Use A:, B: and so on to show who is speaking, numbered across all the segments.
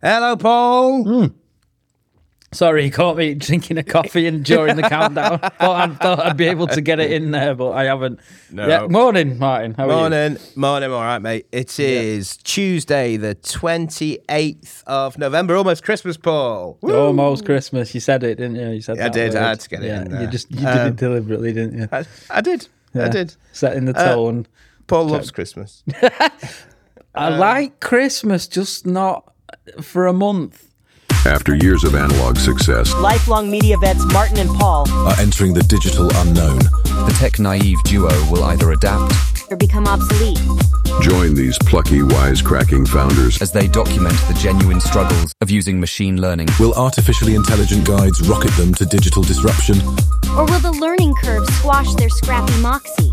A: Hello, Paul. Sorry, he caught me drinking a coffee and during the countdown. Thought I'd, thought I'd be able to get it in there, but I haven't.
B: No.
A: Morning, Martin. How are you?
B: Morning, morning, all right, mate. It is Tuesday, the 28th of November, almost Christmas, Paul. Woo.
A: Almost Christmas. You said it, didn't you? You said
B: Yeah, I
A: that
B: did. I
A: word.
B: had to get it
A: Yeah,
B: in there.
A: you just you did
B: Um,
A: it deliberately, didn't you?
B: I, I did. I
A: Yeah.
B: did.
A: Setting the
B: Uh,
A: tone.
B: Paul loves Christmas.
A: I
B: uh,
A: like Christmas, just not for a month.
C: After years of analog success,
D: Lifelong media vets Martin and Paul
E: are entering the digital unknown.
F: The tech naive duo will either adapt
G: or become obsolete.
C: join these plucky, wisecracking founders
F: as they document the genuine struggles of using machine learning.
E: Will artificially intelligent guides rocket them to digital disruption?
G: Or will the learning curve squash their scrappy moxie?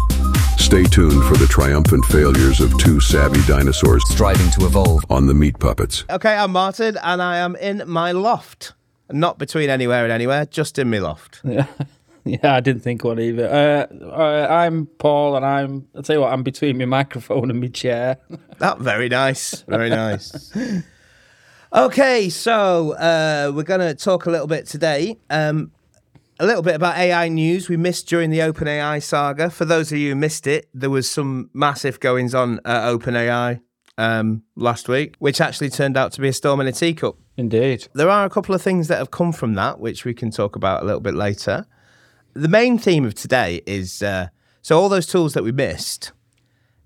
C: stay tuned for the triumphant failures of two savvy dinosaurs
F: Striving to evolve,
C: on the meat puppets.
B: okay, I'm Martin, and I am in my loft. Not between anywhere and anywhere, just in my loft.
A: Yeah, I didn't think one either. Uh, uh, I'm Paul, and I'm. I tell you what, I'm between my microphone and my chair.
B: That Oh, very nice, very nice. Okay, so uh, we're going to talk a little bit today, um, a little bit about AI news we missed during the OpenAI saga. For those of you who missed it, there was some massive goings on at OpenAI um, last week, which actually turned out to be a storm in a teacup.
A: Indeed.
B: There are a couple of things that have come from that, which we can talk about a little bit later. The main theme of today is uh, so all those tools that we missed.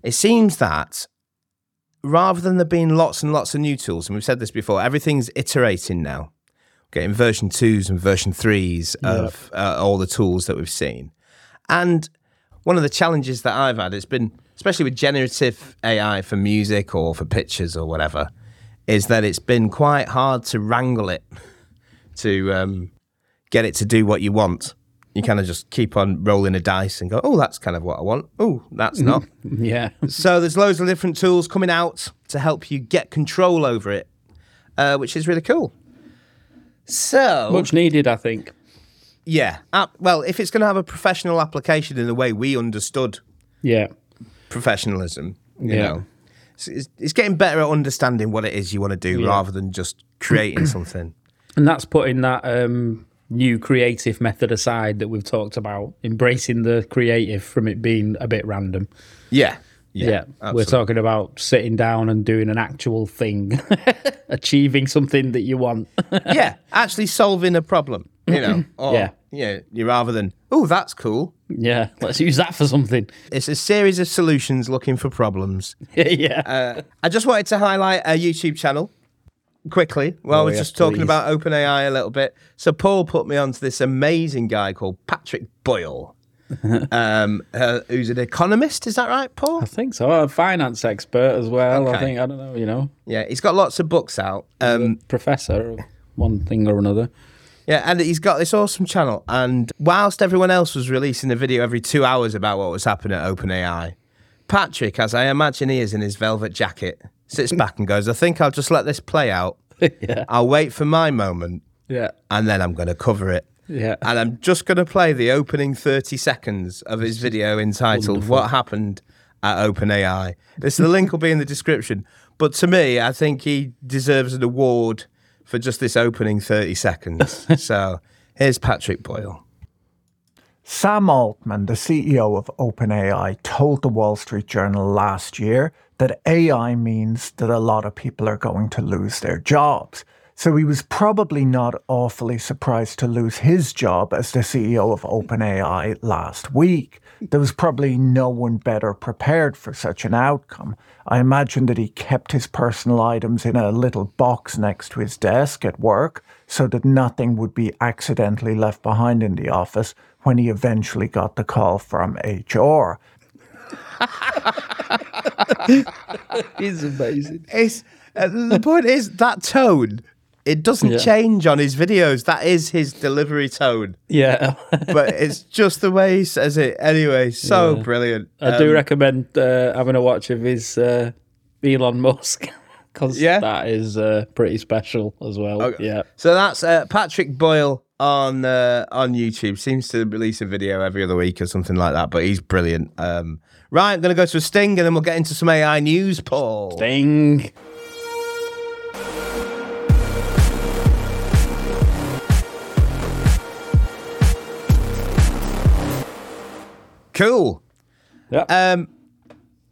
B: It seems that rather than there being lots and lots of new tools, and we've said this before, everything's iterating now. We're getting version twos and version threes of uh, all the tools that we've seen. And one of the challenges that I've had, it's been, especially with generative AI for music or for pictures or whatever, is that it's been quite hard to wrangle it, to um, get it to do what you want. You kind of just keep on rolling a dice and go, oh, that's kind of what I want. Oh, that's not.
A: Yeah.
B: So there's loads of different tools coming out to help you get control over it, uh, which is really cool. So
A: Much needed, I think.
B: yeah, app- well, if it's going to have a professional application in the way we understood
A: Yeah.
B: professionalism, you
A: Yeah.
B: know, it's, it's, it's getting better at understanding what it is you want to do rather than just creating something.
A: And that's putting that um, new creative method aside that we've talked about, embracing the creative from it being a bit random.
B: Yeah,
A: Yeah. We're talking about sitting down and doing an actual thing, achieving something that you want.
B: yeah, actually solving a problem, you know, or,
A: Yeah.
B: yeah, you rather than oh, that's cool.
A: yeah. Let's use that for something.
B: It's a series of solutions looking for problems.
A: yeah.
B: Uh, I just wanted to highlight a YouTube channel quickly while
A: Oh,
B: we're just talking about OpenAI a little bit. So Paul put me onto this amazing guy called Patrick Boyle, um, uh, who's an economist. Is that right, Paul?
A: I think so. A finance expert as well. I
B: Okay.
A: think, I don't know, you know,
B: Yeah, he's got lots of books out. Um,
A: professor of one thing or another.
B: yeah, and he's got this awesome channel. And whilst everyone else was releasing a video every two hours about what was happening at OpenAI, Patrick, as I imagine he is in his velvet jacket, sits back and goes, "I think I'll just let this play out.
A: Yeah.
B: I'll wait for my moment."
A: Yeah.
B: and then I'm going to cover it.
A: Yeah.
B: And I'm just going to play the opening 30 seconds of his video entitled What Happened at OpenAI. This the link will be in the description. But to me, I think he deserves an award for just this opening 30 seconds. so here's Patrick Boyle.
H: Sam Altman, the CEO of OpenAI, told the Wall Street Journal last year that AI means that a lot of people are going to lose their jobs. So he was probably not awfully surprised to lose his job as the CEO of OpenAI last week. There was probably no one better prepared for such an outcome. I imagine that he kept his personal items in a little box next to his desk at work so that nothing would be accidentally left behind in the office when he eventually got the call from HR.
A: It's amazing.
B: It's, uh, the point is, that tone, it doesn't change on his videos. That is his delivery tone.
A: Yeah.
B: But it's just the way he says it. Anyway, so brilliant.
A: I do recommend uh, having a watch of his uh, Elon Musk because
B: Yeah?
A: that is uh, pretty special as well. Yeah,
B: So that's uh, Patrick Boyle on uh, on YouTube. Seems to release a video every other week or something like that. But he's brilliant. Um, right, I'm going to go to a sting, and then we'll get into some AI news. Paul,
A: ding.
B: Cool.
A: Yeah.
B: Um,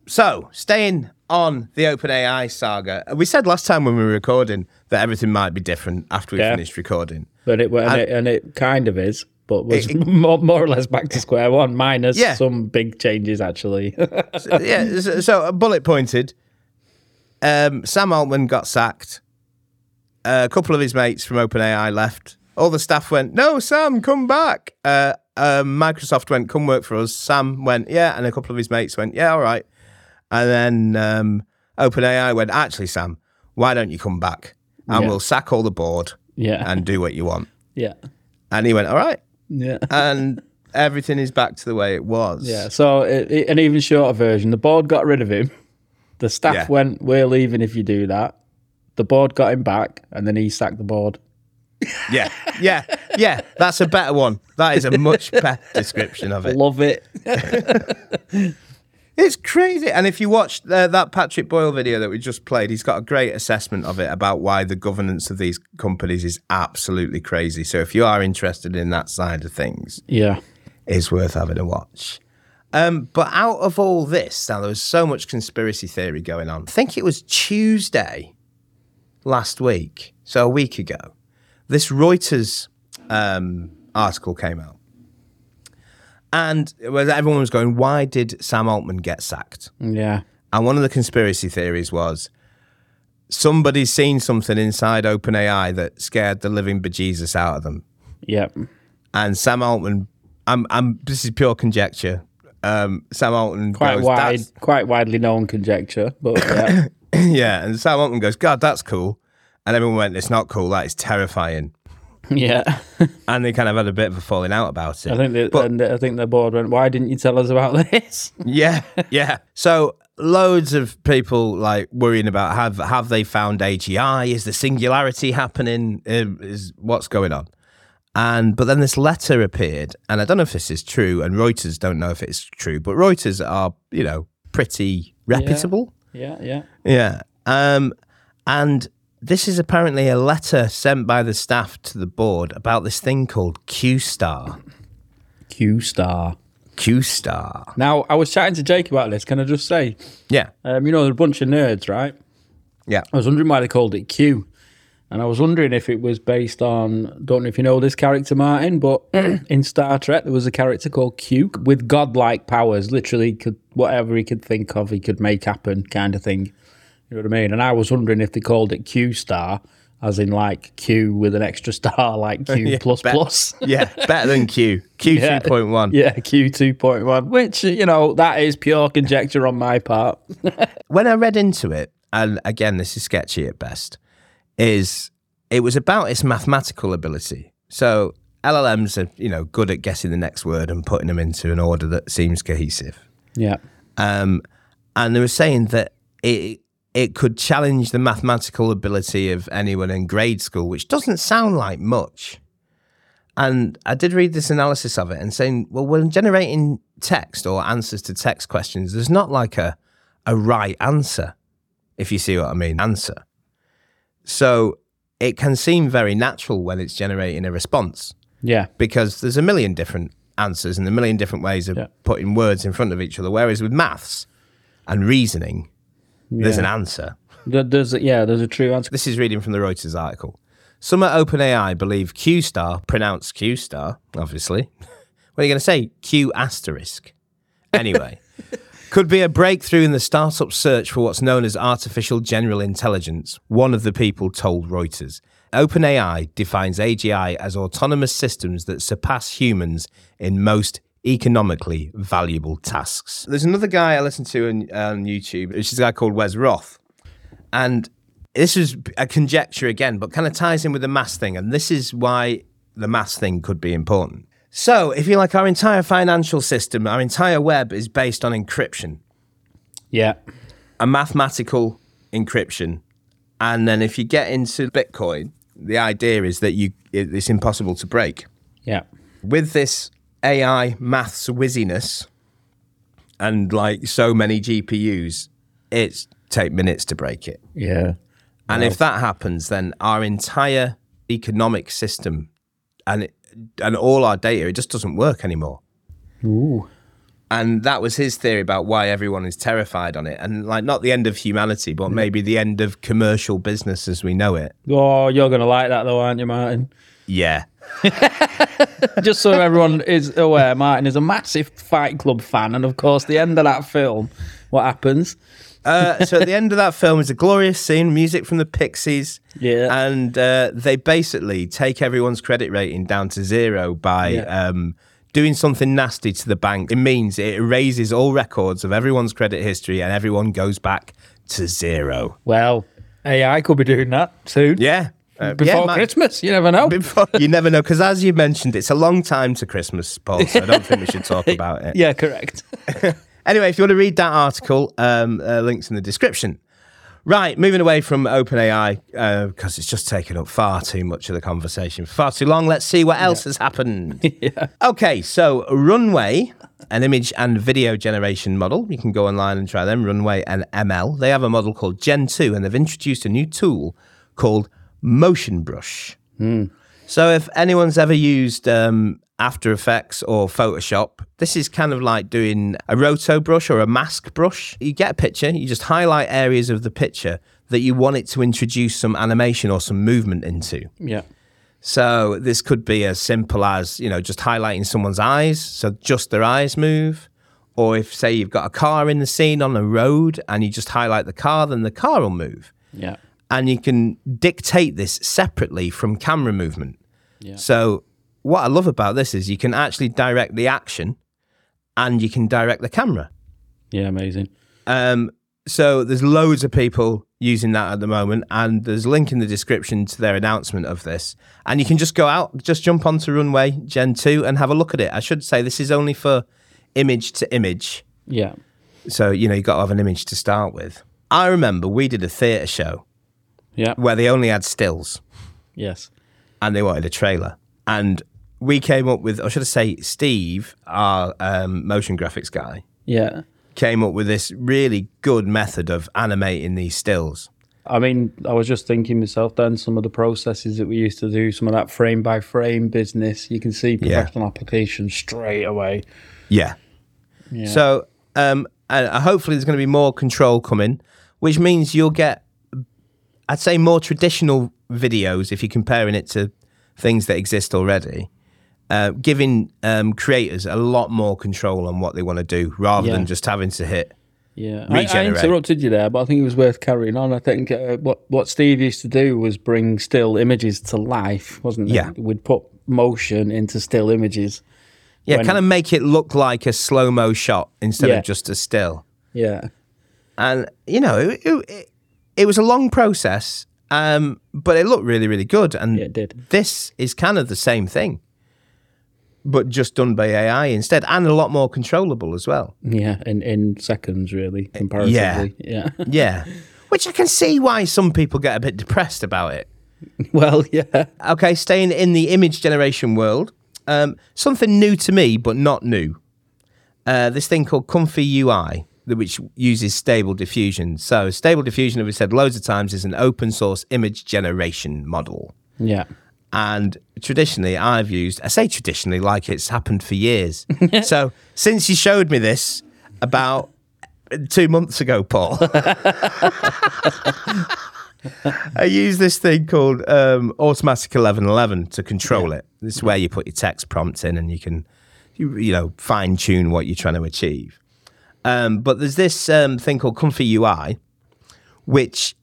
B: so staying on the OpenAI saga, we said last time when we were recording that everything might be different after we
A: Yeah.
B: finished recording.
A: But it and, it and it kind of is, but was more, more or less back to square one, minus
B: Yeah.
A: some big changes actually.
B: yeah. So, so uh, bullet pointed. Um, Sam Altman got sacked. a couple of his mates from OpenAI left. All the staff went, "No, Sam, come back." Uh, um, Microsoft went, "Come work for us." Sam went, "Yeah," and a couple of his mates went, "Yeah, all right." And then um, OpenAI went, "Actually, Sam, why don't you come back? And
A: Yeah.
B: we'll sack all the board
A: yeah,
B: and do what you want."
A: yeah,
B: And he went, "All right,"
A: yeah.
B: and everything is back to the way it was.
A: Yeah, so it, it- an even shorter version. The board got rid of him. The staff
B: Yeah.
A: went, "We're leaving if you do that." The board got him back, and then he sacked the board.
B: Yeah, yeah, yeah. That's a better one. That is a much better description of it.
A: Love it.
B: It's crazy. And if you watch uh, that Patrick Boyle video that we just played, he's got a great assessment of it about why the governance of these companies is absolutely crazy. So if you are interested in that side of things,
A: Yeah,
B: it's worth having a watch. Um, but out of all this, now there was so much conspiracy theory going on. I think it was Tuesday last week, so a week ago, this Reuters um, article came out. And it was, everyone was going, why did Sam Altman get sacked?
A: yeah,
B: And one of the conspiracy theories was somebody's seen something inside OpenAI that scared the living bejesus out of them
A: yeah,
B: and Sam Altman. I'm, I'm. This is pure conjecture. Um, Sam Altman
A: quite
B: goes,
A: wide,
B: "That's-"
A: quite widely known conjecture, but yeah,
B: yeah, and Sam Altman goes, "God, that's cool," and everyone went, "It's not cool. That is terrifying."
A: yeah.
B: And they kind of had a bit of a falling out about it.
A: I think the,
B: But-
A: and I think the board went, "Why didn't you tell us about this?"
B: Yeah, yeah. So loads of people like worrying about have have they found AGI? Is the singularity happening? Um, Is what's going on? And but then this letter appeared, and I don't know if this is true, and Reuters don't know if it's true, but Reuters are you know pretty reputable.
A: yeah, yeah,
B: Yeah. Um, and this is apparently a letter sent by the staff to the board about this thing called Q Star.
A: Q star.
B: Q Star.
A: Now I was chatting to Jake about this. Can I just say,
B: Yeah.
A: um, you know, they're a bunch of nerds, right?
B: Yeah.
A: I was wondering why they called it Q. And I was wondering if it was based on, don't know if you know this character, Martin, but in Star Trek, there was a character called Q with godlike powers, literally could whatever he could think of, he could make happen kind of thing. You know what I mean? And I was wondering if they called it Q star, as in like Q with an extra star, like Q plus
B: bet.
A: plus.
B: Yeah. Better than Q. Q
A: Yeah.
B: 2.1.
A: Yeah, Q 2.1, which, you know, that is pure conjecture on my part.
B: when I read into it, and again, this is sketchy at best, is it was about its mathematical ability. So LLMs are, you know, good at guessing the next word and putting them into an order that seems cohesive.
A: Yeah.
B: Um, and they were saying that it it could challenge the mathematical ability of anyone in grade school, which doesn't sound like much. And I did read this analysis of it and saying, well, when generating text or answers to text questions, there's not like a a right answer, if you see what I mean. Answer. So it can seem very natural when it's generating a response
A: Yeah.
B: because there's a million different answers and a million different ways of
A: Yeah.
B: putting words in front of each other. Whereas with maths and reasoning, there's an answer.
A: There- There's, a- yeah, there's a true answer.
B: This is reading from the Reuters article. Some at OpenAI believe Q star, pronounced Q star, obviously. what are you going to say? Q asterisk. Anyway, could be a breakthrough in the startup search for what's known as artificial general intelligence, one of the people told Reuters. OpenAI defines AGI as autonomous systems that surpass humans in most economically valuable tasks. There's another guy I listen to on, on YouTube, which is a guy called Wes Roth. And this is a conjecture again, but kind of ties in with the mass thing. And this is why the mass thing could be important. So, if you like, our entire financial system, our entire web is based on encryption,
A: Yeah.
B: a mathematical encryption. And then if you get into Bitcoin, the idea is that you it, it's impossible to break.
A: Yeah.
B: With this AI maths whizziness and like so many GPUs, it's take minutes to break it.
A: Yeah.
B: And if that happens, then our entire economic system and and all our data, it just doesn't work anymore.
A: Ooh.
B: And that was his theory about why everyone is terrified on it. And like, not the end of humanity, but maybe the end of commercial business as we know it.
A: Oh, you're going to like that though, aren't you, Martin?
B: Yeah.
A: Just so everyone is aware, Martin is a massive Fight Club fan, and of course, the end of that film, what happens?
B: Uh, so at the end of that film is a glorious scene, music from the Pixies.
A: Yeah.
B: And uh, they basically take everyone's credit rating down to zero by um, doing something nasty to the bank. It means it erases all records of everyone's credit history and everyone goes back to zero.
A: Well, AI could be doing that soon.
B: Yeah. Uh,
A: Before
B: yeah, man.
A: Christmas, you never know.
B: Before, you never know, because as you mentioned, it's a long time to Christmas, Paul, so I don't think we should talk about it.
A: yeah, correct.
B: Anyway, if you want to read that article, um, uh, links in the description. Right, moving away from OpenAI because it's just taken up far too much of the conversation, far too long. Let's see what else has happened. Okay, so Runway, an image and video generation model. You can go online and try them. Runway and ML. They have a model called Gen Two, and they've introduced a new tool called Motion Brush. So if anyone's ever used um, After Effects or Photoshop, this is kind of like doing a roto brush or a mask brush. You get a picture, you just highlight areas of the picture that you want it to introduce some animation or some movement into.
A: yeah.
B: So this could be as simple as, you know, just highlighting someone's eyes, so just their eyes move. Or if say you've got a car in the scene on a road and you just highlight the car, then the car will move
A: Yeah.
B: and you can dictate this separately from camera movement. So what I love about this is you can actually direct the action and you can direct the camera.
A: Yeah, amazing.
B: Um, so there's loads of people using that at the moment, and there's a link in the description to their announcement of this. And you can just go out, just jump onto Runway Gen 2 and have a look at it. I should say this is only for image to image.
A: Yeah.
B: So, you know, you've got to have an image to start with. I remember we did a theatre show
A: Yeah.
B: where they only had stills.
A: Yes.
B: and they wanted a trailer. And we came up with, or should I say, Steve, our um, motion graphics guy,
A: Yeah.
B: came up with this really good method of animating these stills.
A: I mean, I was just thinking myself then some of the processes that we used to do, some of that frame by frame business, you can see
B: Yeah.
A: professional application straight away.
B: Yeah. So, um, and uh, hopefully there's going to be more control coming, which means you'll get, I'd say, more traditional videos if you're comparing it to things that exist already. Uh, giving um, creators a lot more control on what they want to do rather
A: Yeah.
B: than just having to hit
A: Yeah, I, I
B: Regenerate.
A: interrupted you there, but I think it was worth carrying on. I think uh, what what Steve used to do was bring still images to life, wasn't it?
B: Yeah.
A: we'd put motion into still images.
B: Yeah,
A: when-
B: kind of make it look like a slow mo shot instead
A: Yeah.
B: of just a still.
A: Yeah,
B: And you know, it, it, it was a long process, um, but it looked really, really good. And
A: Yeah, it did.
B: this is kind of the same thing, but just done by AI instead, and a lot more controllable as well.
A: yeah, in in seconds really, comparatively. Yeah,
B: yeah, which I can see why some people get a bit depressed about it.
A: well, yeah,
B: Okay, staying in the image generation world, um, something new to me, but not new. Uh, this thing called Comfy UI, th- which uses Stable Diffusion. So, Stable Diffusion, as we said loads of times, is an open source image generation model.
A: yeah,
B: And traditionally, I've used, I say traditionally, like it's happened for years. so, since you showed me this about two months ago, Paul, I use this thing called um, Automatic 1111 to control it. This is where you put your text prompt in and you can, you, you know, fine tune what you're trying to achieve. Um, but there's this um, thing called Comfy UI, which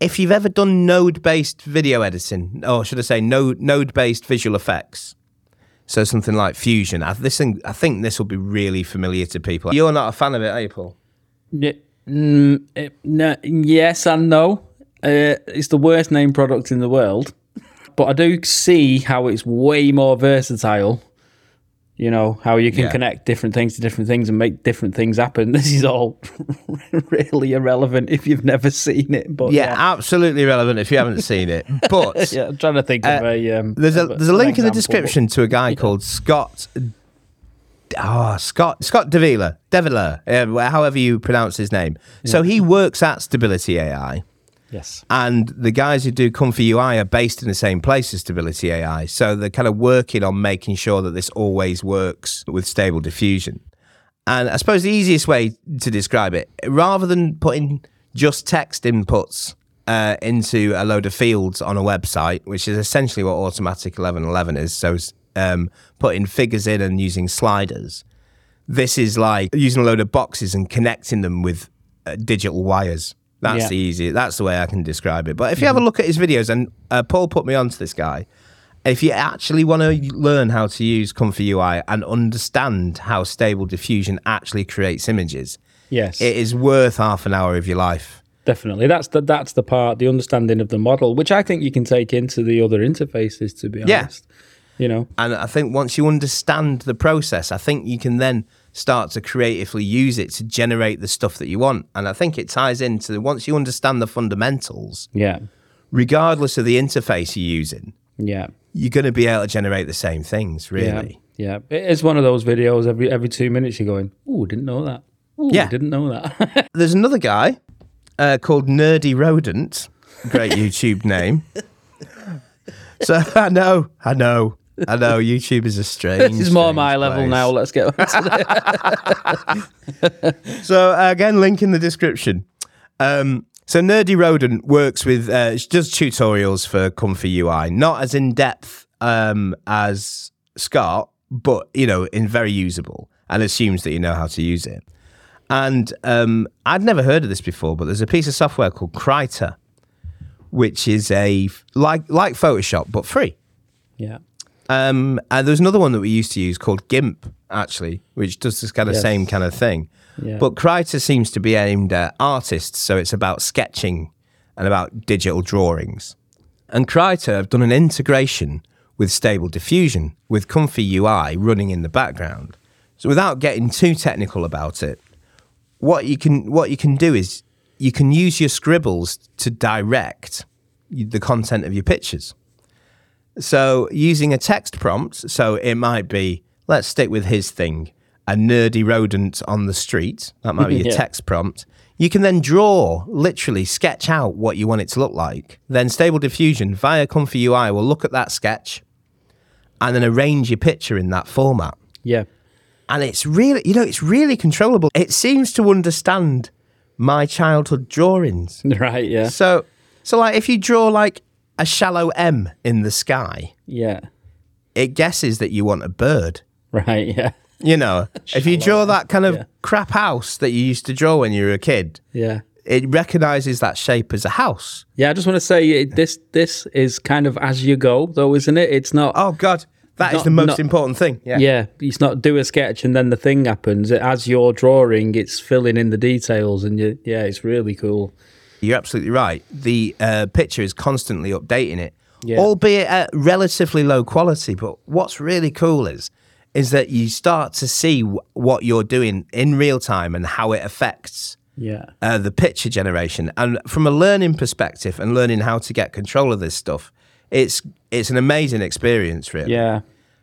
B: if you've ever done node-based video editing, or should I say node node-based visual effects, so something like Fusion, I, this thing, I think this will be really familiar to people. You're not a fan of it, are you, Paul?
A: Ye- mm, it- no, yes and no. Uh, it's the worst named product in the world, but I do see how it's way more versatile. You know how you can
B: Yeah.
A: connect different things to different things and make different things happen. This is all really irrelevant if you've never seen it. But
B: Yeah,
A: yeah,
B: absolutely relevant if you haven't seen it. But
A: yeah, I'm trying to think of a. Um,
B: Uh, there's a
A: of
B: there's a
A: an
B: link in the
A: example,
B: description to a guy called Scott. Ah, Scott Scott Davila, Davila, uh, however you pronounce his name. So he works at Stability AI.
A: but- Yes.
B: and the guys who do Comfy UI are based in the same place as Stability AI. So they're kind of working on making sure that this always works with stable diffusion. And I suppose the easiest way to describe it, rather than putting just text inputs uh, into a load of fields on a website, which is essentially what Automatic 1111 is, so it's, um, putting figures in and using sliders, this is like using a load of boxes and connecting them with uh, digital wires. That's
A: Yeah.
B: the easy. That's the way I can describe it. But if you have a look at his videos, and uh, Paul put me onto this guy. If you actually want to learn how to use Comfy UI and understand how Stable Diffusion actually creates images,
A: Yes,
B: it is worth half an hour of your life.
A: definitely. That's the that's the part, the understanding of the model, which I think you can take into the other interfaces. To be
B: Yeah.
A: honest, you know,
B: And I think once you understand the process, I think you can then start to creatively use it to generate the stuff that you want. And I think it ties into once you understand the fundamentals,
A: yeah,
B: regardless of the interface you're using,
A: yeah.
B: you're going to be able to generate the same things, really.
A: Yeah, yeah. It is one of those videos. Every every two minutes, you're going, "Ooh, didn't know that." Ooh,
B: Yeah.
A: didn't know that.
B: There's another guy uh, called Nerdy Rodent, great YouTube name. So I know, I know, I know. YouTube is a strange.
A: this is more
B: strange
A: my level
B: place.
A: now. Let's get.
B: So uh, again, link in the description. Um, so Nerdy Rodent works with uh, does tutorials for Comfy UI, not as in depth um, as Scott, but you know, in very usable, and assumes that you know how to use it. And um, I'd never heard of this before, but there's a piece of software called Krita, which is a like like Photoshop but free.
A: yeah,
B: Um, and there's another one that we used to use called GIMP, actually, which does this kind of
A: Yes.
B: same kind of thing.
A: Yeah.
B: But Krita seems to be aimed at artists, so it's about sketching and about digital drawings. And Krita have done an integration with Stable Diffusion, with Comfy UI running in the background. So without getting too technical about it, what you can what you can do is you can use your scribbles to direct y- the content of your pictures. So using a text prompt, so it might be let's stick with his thing, a nerdy rodent on the street. That might be your
A: Yeah.
B: text prompt. You can then draw, literally sketch out what you want it to look like. Then Stable Diffusion via Comfy UI will look at that sketch and then arrange your picture in that format
A: yeah.
B: and it's really you know it's really controllable it seems to understand my childhood drawings
A: Right. Yeah.
B: so so like if you draw like a shallow m in the sky
A: Yeah.
B: it guesses that you want a bird
A: Right. Yeah.
B: you know if you draw that kind of crap house that you used to draw when you were a kid
A: Yeah.
B: it recognizes that shape as a house
A: Yeah. I just want to say it, this. This is kind of as you go, though, isn't it? It's not.
B: oh god that is
A: Not-
B: the most
A: not-
B: important thing yeah
A: Yeah, it's not do a sketch and then the thing happens. As you're drawing, it's filling in the details, and you, yeah, it's really cool.
B: You're absolutely right. The uh, picture is constantly updating it,
A: Yeah.
B: albeit at relatively low quality. But what's really cool is is that you start to see w- what you're doing in real time and how it affects
A: Yeah,
B: uh, the picture generation. And from a learning perspective and learning how to get control of this stuff, it's it's an amazing experience, really.
A: yeah.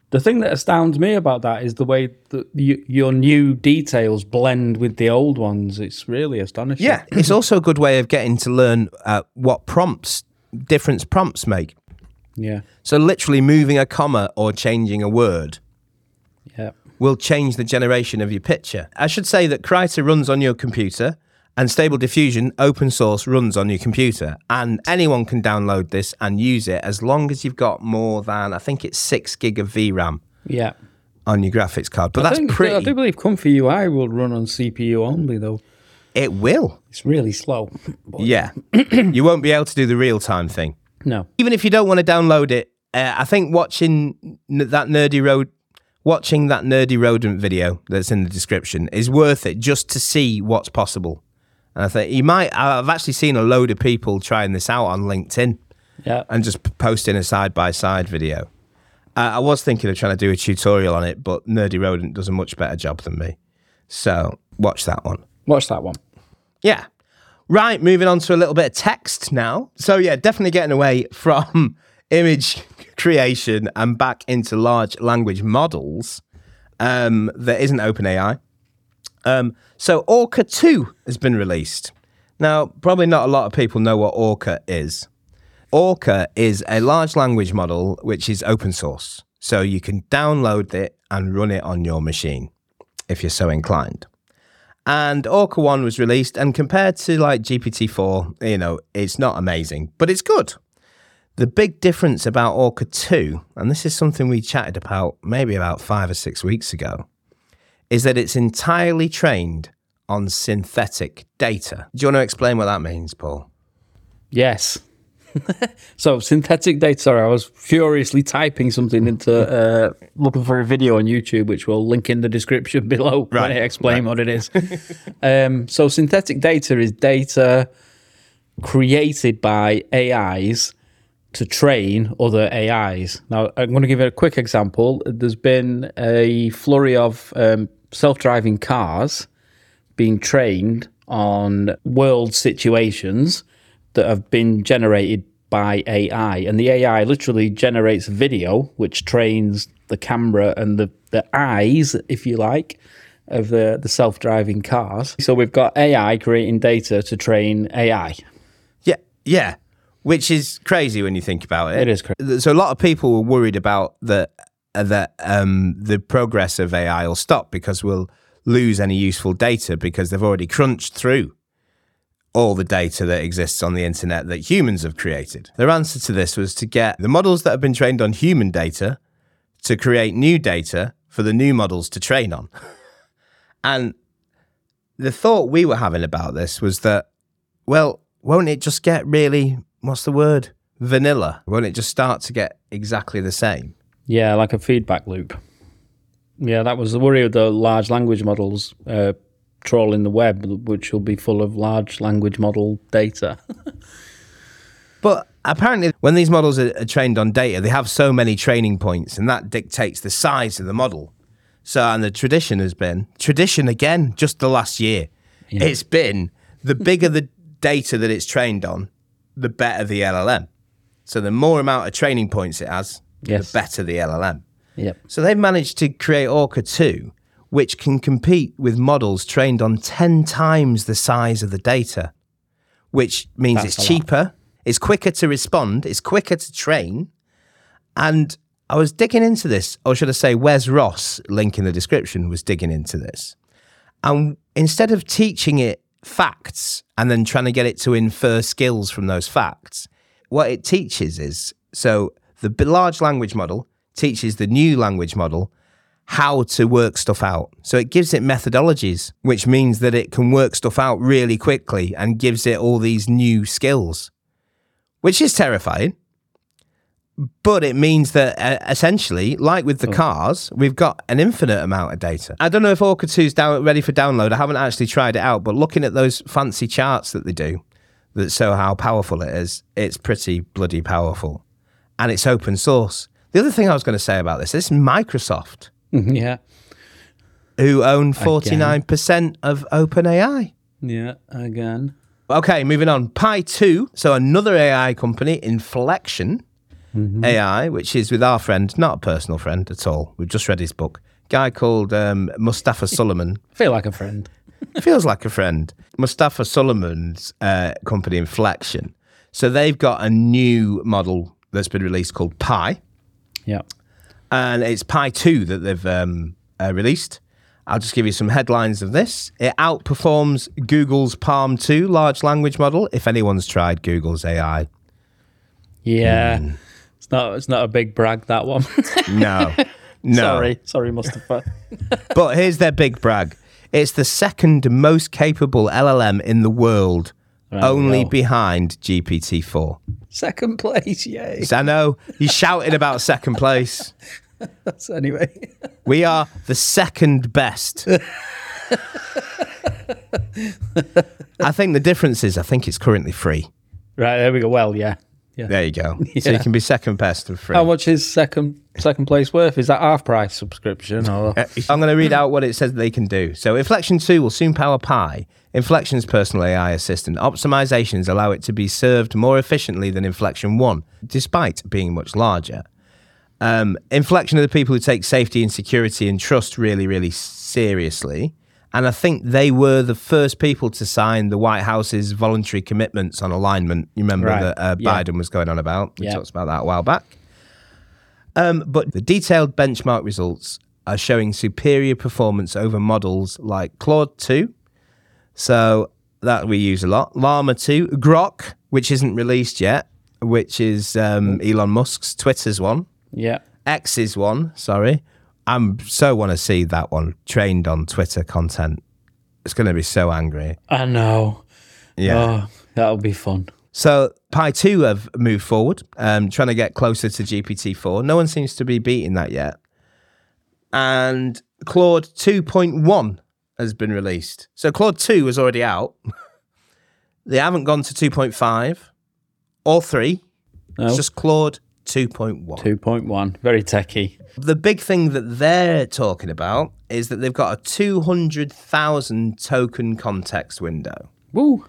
A: The thing that astounds me about that is the way that you, your new details blend with the old ones. It's really astonishing.
B: Yeah, it's also a good way of getting to learn uh, what prompts, difference prompts make.
A: yeah,
B: So literally moving a comma or changing a word
A: yeah,
B: will change the generation of your picture. I should say that Krita runs on your computer and Stable Diffusion open source runs on your computer and anyone can download this and use it as long as you've got more than I think it's 6 gig of VRAM
A: yeah.
B: on your graphics card. But
A: I
B: that's
A: think- I do
B: pretty
A: believe Comfy UI will run on CPU only, though.
B: it will.
A: It's really slow.
B: Yeah. you won't be able to do the real time thing.
A: No.
B: Even if you don't want to download it, uh, I think watching n- that nerdy road watching that nerdy rodent video that's in the description is worth it just to see what's possible. And I think you might. I've actually seen a load of people trying this out on LinkedIn
A: Yeah.
B: and just p- posting a side by side video. Uh, I was thinking of trying to do a tutorial on it, but Nerdy Rodent does a much better job than me. So watch that one.
A: Watch that one.
B: Yeah. Right, moving on to a little bit of text now. So, yeah, definitely getting away from image creation and back into large language models um, that isn't OpenAI. Um, so, Orca 2 has been released. Now, probably not a lot of people know what Orca is. Orca is a large language model which is open source. So, you can download it and run it on your machine. if you're so inclined. And Orca 1 was released, and compared to like GPT 4, you know, it's not amazing, but it's good. The big difference about Orca 2, and this is something we chatted about maybe about five or six weeks ago, is that it's entirely trained on synthetic data. Do you want to explain what that means, Paul?
A: Yes. so synthetic data. Sorry, I was furiously typing something into uh, looking for a video on YouTube, which we'll link in the description below when I explain what it is. um, so synthetic data is data created by AIs to train other AIs. Now, I'm going to give you a quick example. There's been a flurry of um, self-driving cars being trained on world situations that have been generated by AI. And the AI literally generates video, which trains the camera and the, the eyes, if you like, of the, the self driving cars. So we've got AI creating data to train AI.
B: Yeah, yeah. Which is crazy when you think about it.
A: It is crazy.
B: Th- So a lot of people were worried about that uh, that um, the progress of AI will stop because we'll lose any useful data because they've already crunched through all the data that exists on the internet that humans have created. Their answer to this was to get the models that have been trained on human data to create new data for the new models to train on. and the thought we were having about this was that well, won't it just get really, what's the word? Vanilla. Won't it just start to get exactly the same?
A: Yeah, like a feedback loop. Yeah, that was the worry of the large language models uh, trawling the web, which will be full of large language model data.
B: But apparently, when these models are, are trained on data, they have so many training points, and that dictates the size of the model. So, and the tradition has been tradition again, just the last year. It's been the bigger the data that it's trained on, the better the LLM. So, the more amount of training points it has,
A: Yes.
B: the better the LLM.
A: yep.
B: So they've managed to create Orca 2, which can compete with models trained on 10 times the size of the data, which means
A: That's a
B: it's
A: lot.
B: cheaper, it's quicker to respond, it's quicker to train. And I was digging into this, or should I say, Wes Ross, link in the description, was digging into this. And instead of teaching it facts and then trying to get it to infer skills from those facts, what it teaches is so the b- large language model teaches the new language model how to work stuff out. So it gives it methodologies, which means that it can work stuff out really quickly and gives it all these new skills, which is terrifying. But it means that uh, essentially, like with the cars, we've got an infinite amount of data. I don't know if Orca 2 is down, ready for download. I haven't actually tried it out, but looking at those fancy charts that they do that show how powerful it is, it's pretty bloody powerful. And it's open source. The other thing I was going to say about this, this is Microsoft,
A: yeah.
B: who own 49% of OpenAI.
A: Yeah. Again.
B: Okay, moving on. Pi 2, so another AI company, Inflection AI, which is with our friend, not a personal friend at all. We've just read his book. Guy called um, Mustafa Suleiman.
A: I feel like a friend.
B: Feels like a friend. Mustafa Suleiman's uh, company, Inflection. So they've got a new model that's been released called Pi
A: Yeah.
B: and it's Pi 2 that they've um, uh, released. I'll just give you some headlines of this. It outperforms Google's Palm 2 large language model, if anyone's tried Google's AI.
A: Yeah. It's not it's not a big brag that one.
B: No, no.
A: sorry. Sorry, Mustafa.
B: But here's their big brag it's the second most capable LLM in the world, only
A: go.
B: behind GPT 4.
A: Second place, yay.
B: I know you're shouting about second place.
A: So anyway.
B: We are the second best. I think the difference is I think it's currently free.
A: Right, there we go. Well, yeah. Yeah.
B: There you go. So you can be second best of free.
A: How much is second second place worth? Is that half price subscription or
B: Uh, I'm going to read out what it says they can do. So, Inflection 2 will soon power Pi, Inflection's personal AI assistant. Optimizations allow it to be served more efficiently than Inflection 1, despite being much larger. Um, Inflection are the people who take safety and security and trust really, really seriously. And I think they were the first people to sign the White House's voluntary commitments on alignment. You remember
A: Right.
B: that uh,
A: Yeah.
B: Biden was going on about? We
A: Yeah.
B: talked about that a while back. Um, but the detailed benchmark results are showing superior performance over models like Claude 2, so that we use a lot, Llama 2, Grok, which isn't released yet, which is um, Elon Musk's Twitter's one,
A: Yeah.
B: X's one, sorry. I'm so want to see that one trained on Twitter content. It's going to be so angry.
A: I know.
B: Yeah.
A: Oh, that'll be fun.
B: So Pi 2 have moved forward, um, trying to get closer to GPT-4. No one seems to be beating that yet. And Claude 2.1 has been released. So Claude 2 was already out. they haven't gone to 2.5 or 3.
A: No.
B: It's just Claude 2.1.
A: 2.1. Very techie.
B: The big thing that they're talking about is that they've got a 200,000 token context window
A: Woo.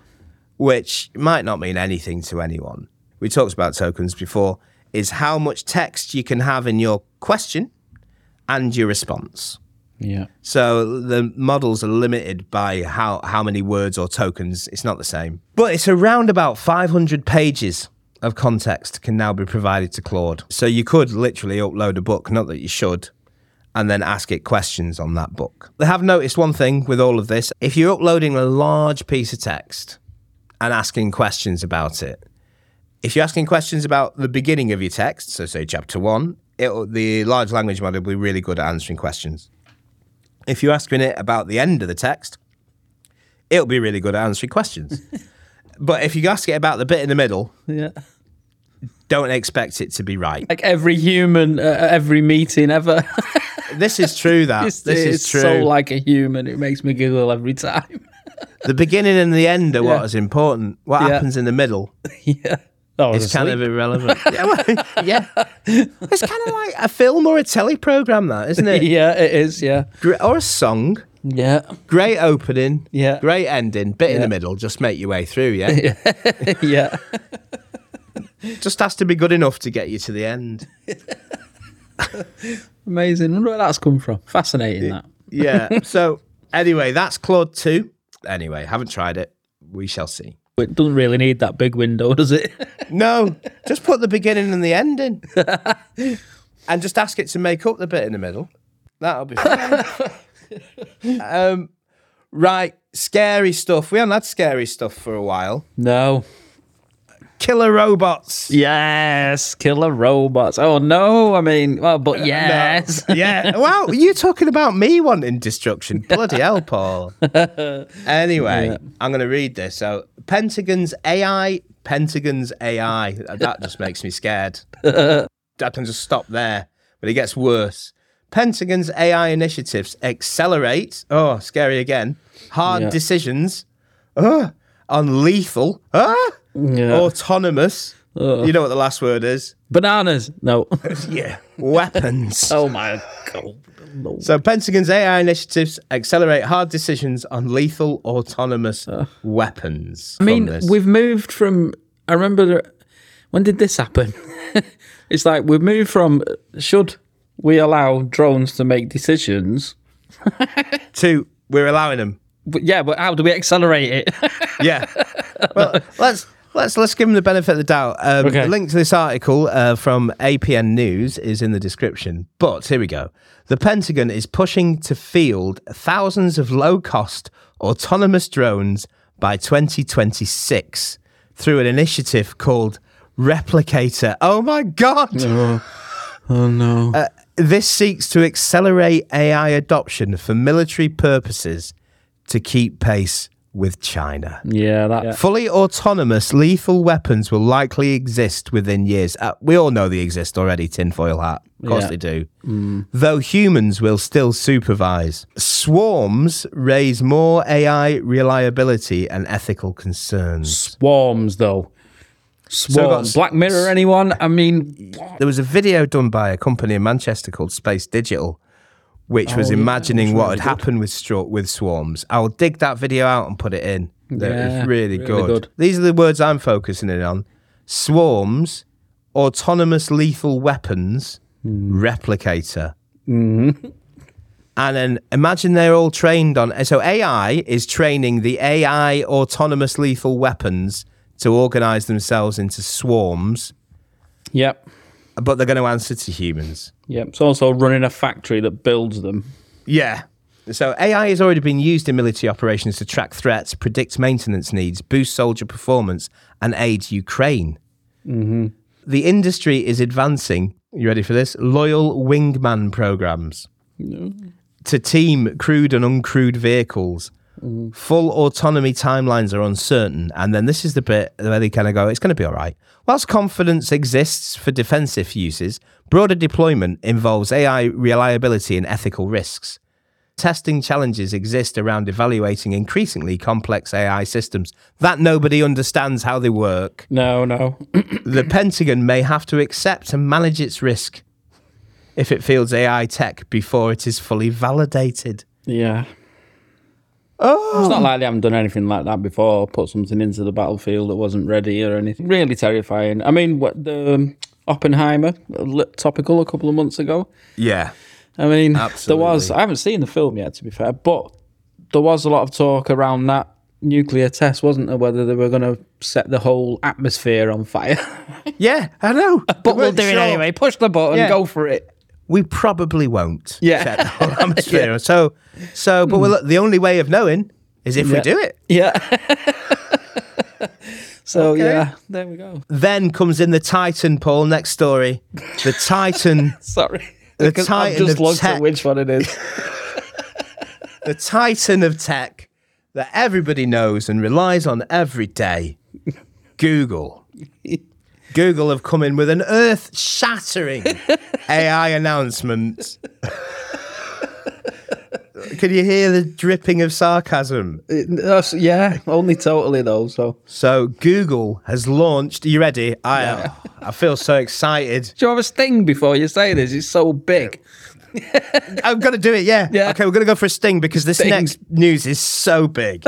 B: which might not mean anything to anyone. We talked about tokens before, is how much text you can have in your question and your response.
A: Yeah.
B: So the models are limited by how, how many words or tokens. It's not the same. But it's around about 500 pages of context can now be provided to Claude. So you could literally upload a book, not that you should, and then ask it questions on that book. They have noticed one thing with all of this. If you're uploading a large piece of text and asking questions about it, if you're asking questions about the beginning of your text, so say chapter one, it'll, the large language model will be really good at answering questions. If you're asking it about the end of the text, it'll be really good at answering questions. but if you ask it about the bit in the middle,
A: Yeah.
B: don't expect it to be right.
A: Like every human uh, at every meeting ever.
B: This is true. That
A: It's-
B: this is
A: it's
B: true.
A: so like a human. It makes me giggle every time.
B: the beginning and the end are what
A: Yeah.
B: is important. What
A: Yeah.
B: happens in the middle
A: yeah. Oh,
B: is kind of irrelevant. yeah, well, yeah. it's kind of like a film or a teleprogram, that isn't it?
A: Yeah, it is. Yeah.
B: Gre- Or a song.
A: Yeah.
B: Great opening.
A: Yeah.
B: Great ending. Bit in
A: Yeah.
B: the middle. Just make your way through. Yeah.
A: yeah.
B: Just has to be good enough to get you to the end.
A: Amazing. wonder where that's come from. Fascinating that.
B: Yeah. so anyway, that's Claude two. Anyway, haven't tried it. We shall see.
A: It doesn't really need that big window, does it?
B: No, just put the beginning and the ending, and just ask it to make up the bit in the middle. That'll be fine. um, right, scary stuff. We haven't had scary stuff for a while.
A: no.
B: Killer robots.
A: Yes, killer robots. Oh no, I mean, well, but yes.
B: yeah. Wow, you're talking about me wanting destruction. Bloody hell, Paul. Anyway, I'm going to read this. So, Pentagon's AI, Pentagon's AI. That just makes me scared. I can just stop there, but it gets worse. Pentagon's AI initiatives accelerate. Oh, scary again. Hard
A: Yeah.
B: decisions. Ugh. on lethal. Ah.
A: Yeah.
B: Autonomous. You know what the last word is?
A: Bananas. No.
B: Yeah. Weapons.
A: oh my god.
B: So Pentagon's AI initiatives accelerate hard decisions on lethal autonomous weapons.
A: I mean,
B: from this.
A: we've moved from. I remember the- when did this happen? it's like we've moved from should we allow drones to make decisions?
B: two, we're allowing them.
A: But yeah, but how do we accelerate it?
B: Yeah. well, let's let's let's give them the benefit of the doubt. Um,
A: Okay.
B: The link to this article uh, from APN News is in the description. But here we go. The Pentagon is pushing to field thousands of low-cost autonomous drones by 2026 through an initiative called Replicator. Oh my god. Uh,
A: oh no.
B: This seeks to accelerate AI adoption for military purposes to keep pace with China.
A: yeah, that.
B: Fully autonomous lethal weapons will likely exist within years. Uh, we all know they exist already, tinfoil hat. Of course
A: Yeah. Mm.
B: they do. Though humans will still supervise. Swarms raise more AI reliability and ethical concerns.
A: Swarms though. Swarms.
B: got-
A: Black Mirror. Anyone? I mean,
B: There was a video done by a company in Manchester called Space Digital, which
A: Oh,
B: was imagining what had happened with straw- with swarms. I'll dig that video out and put it in. That is
A: Yeah,
B: really,
A: really
B: good.
A: good.
B: These are the words I'm focusing in on: swarms, autonomous lethal weapons,
A: Hmm.
B: replicator.
A: Mm-hmm.
B: And then imagine they're all trained on. So AI is training the AI autonomous lethal weapons to organize themselves into swarms
A: yep.
B: but they're going to answer to humans.
A: Yeah, it's also running a factory that builds them.
B: Yeah. So AI has already been used in military operations to track threats, predict maintenance needs, boost soldier performance, and aid Ukraine. Mm-hmm. The industry is advancing. You ready for this? Loyal wingman programs to team crewed and uncrewed vehicles. Full autonomy timelines are uncertain. And then this is the bit where they kind of go, it's going to be all right. Whilst confidence exists for defensive uses, broader deployment involves AI reliability and ethical risks. Testing challenges exist around evaluating increasingly complex AI systems that nobody understands how they work.
A: No, no.
B: The Pentagon may have to accept and manage its risk if it fields AI tech before it is fully validated.
A: yeah. Oh. It's not like they haven't done anything like that before, put something into the battlefield that wasn't ready or anything. Really terrifying. I mean, what the um, Oppenheimer, li- topical a couple of months ago.
B: Yeah.
A: I mean,
B: Absolutely.
A: there was. I haven't seen the film yet, to be fair, but there was a lot of talk around that nuclear test, wasn't there? Whether they were going to set the whole atmosphere on fire.
B: Yeah, I know.
A: Uh, but we'll
B: weren't
A: do it
B: sure.
A: anyway. Push the button,
B: Yeah.
A: go for it.
B: We probably won't.
A: Yeah.
B: set the whole atmosphere. So, so, but we'll, the only way of knowing is if we
A: Yeah.
B: do it.
A: Yeah. so yeah, there we go.
B: Then comes in the Titan, Paul. Next story. The Titan,
A: Sorry.
B: The
A: Because I've
B: titan
A: just
B: of
A: looked
B: tech.
A: at which one it is.
B: the Titan of tech that everybody knows and relies on every day. Google. Google have come in with an earth shattering AI announcement. Can you hear the dripping of sarcasm?
A: That's- yeah, only totally though. So
B: So Google has launched. Are you ready? I I feel so excited.
A: do you have a sting before you say this? It's so big.
B: I'm gonna do it. Yeah.
A: Yeah.
B: Okay, we're gonna go for a sting because this
A: Sting.
B: next news is so big.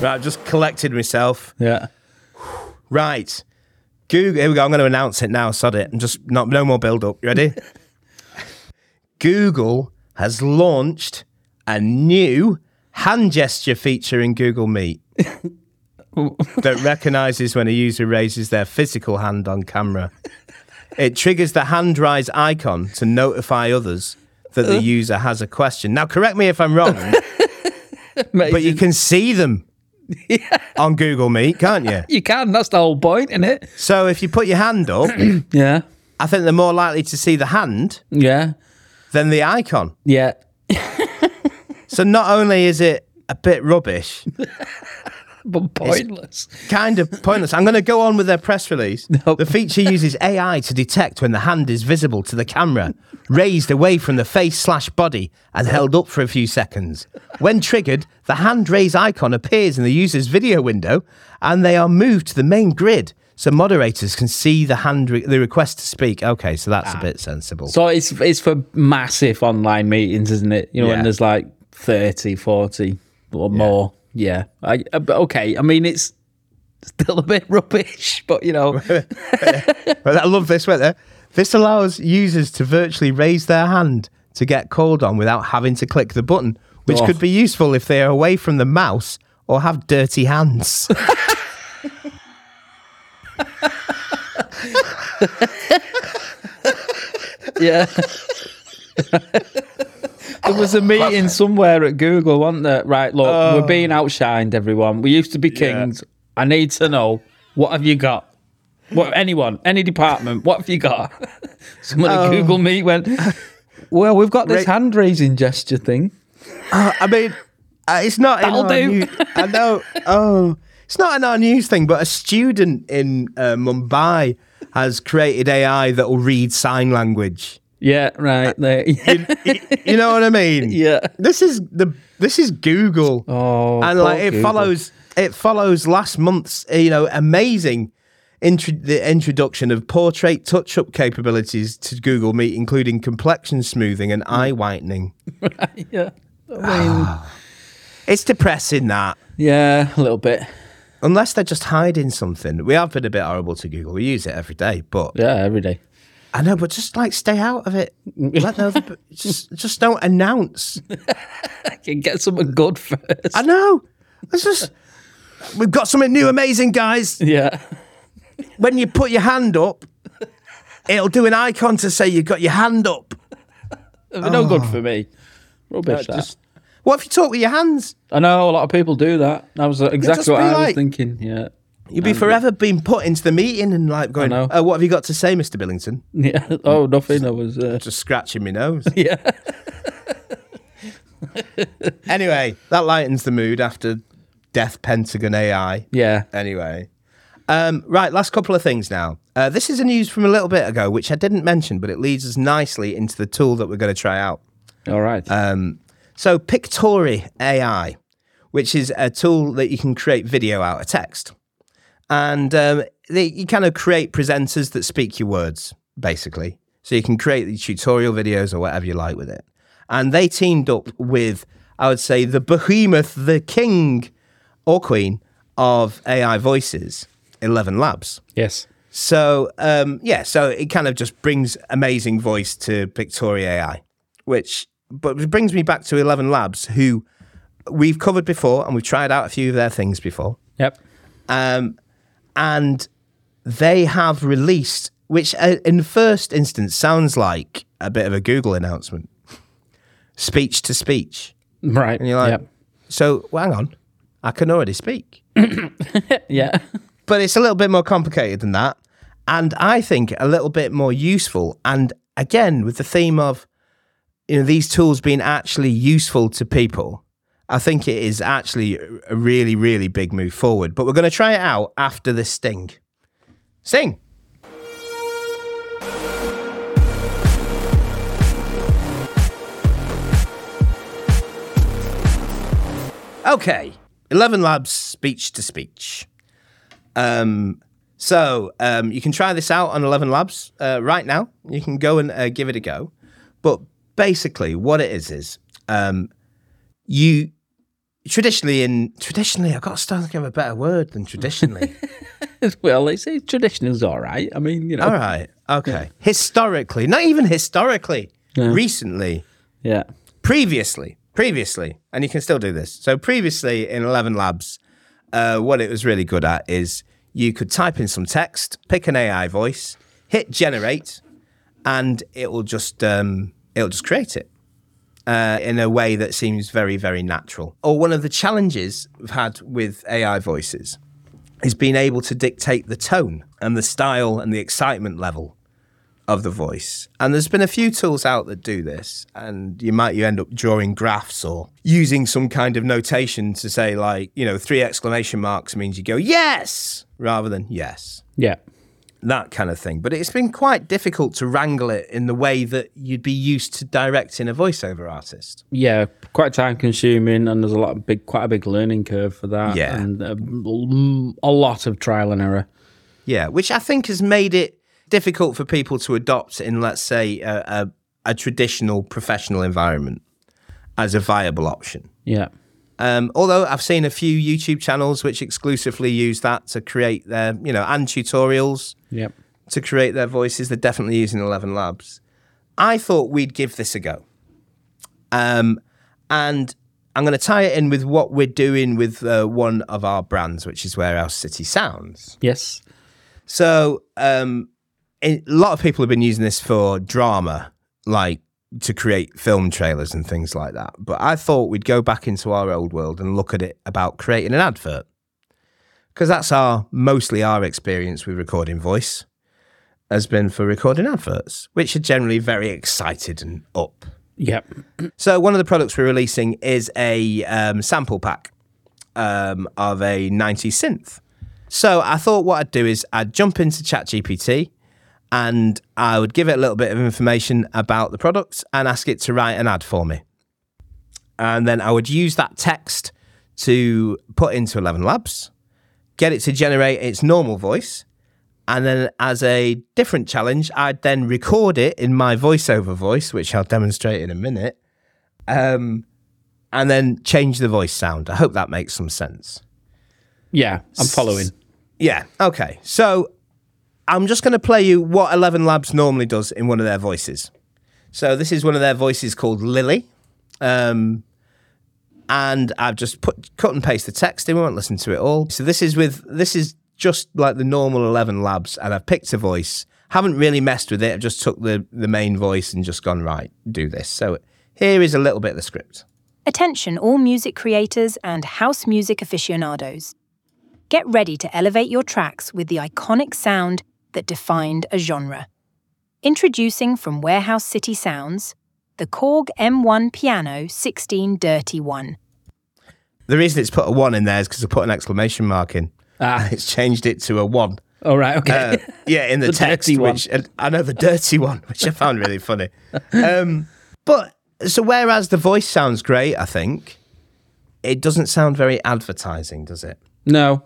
B: right, I've just collected myself.
A: Yeah.
B: Right. Google, here we go. I'm going to announce it now. Sod it. I'm just not, no more build up. You ready? Google has launched a new hand gesture feature in Google Meet that recognizes when a user raises their physical hand on camera. It triggers the hand rise icon to notify others that the user has a question. Now, correct me if I'm wrong, but you can see them on Google Meet, can't you?
A: you can. That's the whole point, isn't it?
B: So if you put your hand up,
A: Yeah.
B: I think they're more likely to see the hand
A: Yeah.
B: than the icon.
A: Yeah.
B: So not only is it a bit rubbish,
A: But pointless.
B: kind of pointless. I'm going to go on with their press release. The feature uses AI to detect when the hand is visible to the camera, raised away from the face slash body, and held up for a few seconds. When triggered, the hand raise icon appears in the user's video window, and they are moved to the main grid. So moderators can see the hand, re- the request to speak. Okay, so that's a bit sensible.
A: So it's it's for massive online meetings, isn't it? You know,
B: Yeah.
A: when there's like 30, 40 or more. Yeah. I, I- but okay. I mean, it's still a bit rubbish, but you know,
B: Right, I love this, won't there? This allows users to virtually raise their hand to get called on without having to click the button, which
A: Oh.
B: could be useful if they are away from the mouse or have dirty hands.
A: yeah. there was a meeting somewhere at Google, wasn't there? Right, look, we're being outshined, everyone. We used to be kings. I need to know what have you got? What anyone, any department, what have you got? Someone at Google Meet went, Um, Well, we've got this
B: Ra-
A: hand raising gesture thing.
B: I mean, uh, it's not. in
A: That'll
B: our
A: do.
B: new- I know. Oh, it's not in our news thing, but a student in uh, Mumbai has created AI that will read sign language.
A: Yeah, right. There.
B: You know what I mean?
A: Uh, Yeah.
B: This is the this is Google.
A: Oh,
B: and like
A: poor
B: it
A: Google.
B: follows it follows last month's uh, you know amazing intro- the introduction of portrait touch up capabilities to Google Meet, including complexion smoothing and eye whitening.
A: yeah. I mean,
B: It's depressing that.
A: yeah, a little bit.
B: Unless they're just hiding something. We have been a bit horrible to Google. We use it every day, but
A: Yeah, every day.
B: I know, but just like stay out of it. Let the other, just just don't announce.
A: can get something good first.
B: I know. It's just we've got something new, amazing, guys.
A: yeah.
B: When you put your hand up, it'll do an icon to say you've got your hand up.
A: No good for me. Rubbish. that.
B: Just- what if you talk with your hands?
A: I know a lot of people do that. That was
B: just
A: exactly what
B: be
A: I was
B: like-
A: thinking. Yeah.
B: You'd be forever being put into the meeting and like going,
A: know.
B: oh, what have you got to say, Mr. Billington?
A: Yeah. Oh, nothing. I was. Uh,
B: Just scratching my nose.
A: yeah.
B: anyway, that lightens the mood after Death Pentagon AI.
A: Yeah.
B: Anyway. Um, right, last couple of things now. Uh, this is a news from a little bit ago, which I didn't mention, but it leads us nicely into the tool that we're going to try out.
A: All right.
B: Um, So, Pictori AI, which is a tool that you can create video out of text. And um, they, you kind of create presenters that speak your words, basically. So, you can create the tutorial videos or whatever you like with it. And they teamed up with, I would say, the behemoth, the king or queen of AI voices, 11 Labs.
A: yes.
B: So um, yeah, so it kind of just brings amazing voice to Victoria AI, which but it brings me back to Eleven Labs, who we've covered before and we've tried out a few of their things before,
A: Yep.
B: um, and they have released, which uh, in the first instance sounds like a bit of a Google announcement, speech to speech,
A: Right.
B: and you're like,
A: Yep.
B: so well, hang on, I can already speak.
A: Yeah.
B: but it's a little bit more complicated than that. And I think a little bit more useful. And again, with the theme of, you know, these tools being actually useful to people, I think it is actually a really, really big move forward. But we're going to try it out after this sting. Sting. Okay. 11 Labs speech to speech. Um, so um, you can try this out on Eleven Labs uh, right now. You can go and uh, give it a go. But basically, what it is is um, you traditionally in traditionally I've got to start thinking of a better word than traditionally.
A: Well, it's, it's traditional's all right. I mean, you know.
B: All right, okay. Historically, not even historically, recently,
A: Yeah.
B: previously, previously, and you can still do this. So previously in Eleven Labs, uh, what it was really good at is you could type in some text, pick an AI voice, hit generate, and it will just um, it'll just create it uh, in a way that seems very very natural. Or one of the challenges we've had with AI voices is being able to dictate the tone and the style and the excitement level of the voice. And there's been a few tools out that do this, and you might you end up drawing graphs or using some kind of notation to say like you know three exclamation marks means you go yes rather than yes
A: Yeah.
B: that kind of thing. But it's been quite difficult to wrangle it in the way that you'd be used to directing a voiceover artist.
A: Yeah. Quite time consuming, and there's a lot of big, quite a big learning curve for that.
B: Yeah.
A: And um, a lot of trial and error.
B: Yeah, which I think has made it difficult for people to adopt in, let's say, a, a, a traditional professional environment as a viable option.
A: Yeah.
B: Um, although I've seen a few YouTube channels which exclusively use that to create their, you know, and tutorials
A: Yep.
B: to create their voices. They're definitely using 11 Labs. I thought we'd give this a go. Um, and I'm going to tie it in with what we're doing with uh, one of our brands, which is Warehouse City Sounds.
A: Yes.
B: So um, a lot of people have been using this for drama, like to create film trailers and things like that. But I thought we'd go back into our old world and look at it about creating an advert. Because that's our mostly our experience with recording voice has been for recording adverts, which are generally very excited and up.
A: Yep.
B: So one of the products we're releasing is a um, sample pack um, of a 90 synth. So I thought what I'd do is I'd jump into ChatGPT and I would give it a little bit of information about the product and ask it to write an ad for me. And then I would use that text to put into 11 Labs, get it to generate its normal voice. And then, as a different challenge, I'd then record it in my voiceover voice, which I'll demonstrate in a minute, um, and then change the voice sound. I hope that makes some sense.
A: Yeah. I'm following.
B: Yeah. Okay. So I'm just going to play you what Eleven Labs normally does in one of their voices. So this is one of their voices called Lily. Um, and I've just put cut and paste the text in. We won't listen to it all. So this is with this is just like the normal Eleven Labs, and I've picked a voice. Haven't really messed with it. I've just took the the main voice and just gone right. Do this. So here is a little bit of the script.
I: Attention, all music creators and house music aficionados. Get ready to elevate your tracks with the iconic sound that defined a genre. Introducing from Warehouse City Sounds, the Korg M1 Piano 16 Dirty 1.
B: The reason it's put a one in there is because I put an exclamation mark in.
A: Ah.
B: It's changed it to a one.
A: All right. Okay.
B: Uh, yeah, in the,
A: The
B: text,
A: dirty one.
B: which and I know the dirty one, which I found really funny. Um, but so, whereas the voice sounds great, I think it doesn't sound very advertising, does it?
A: no,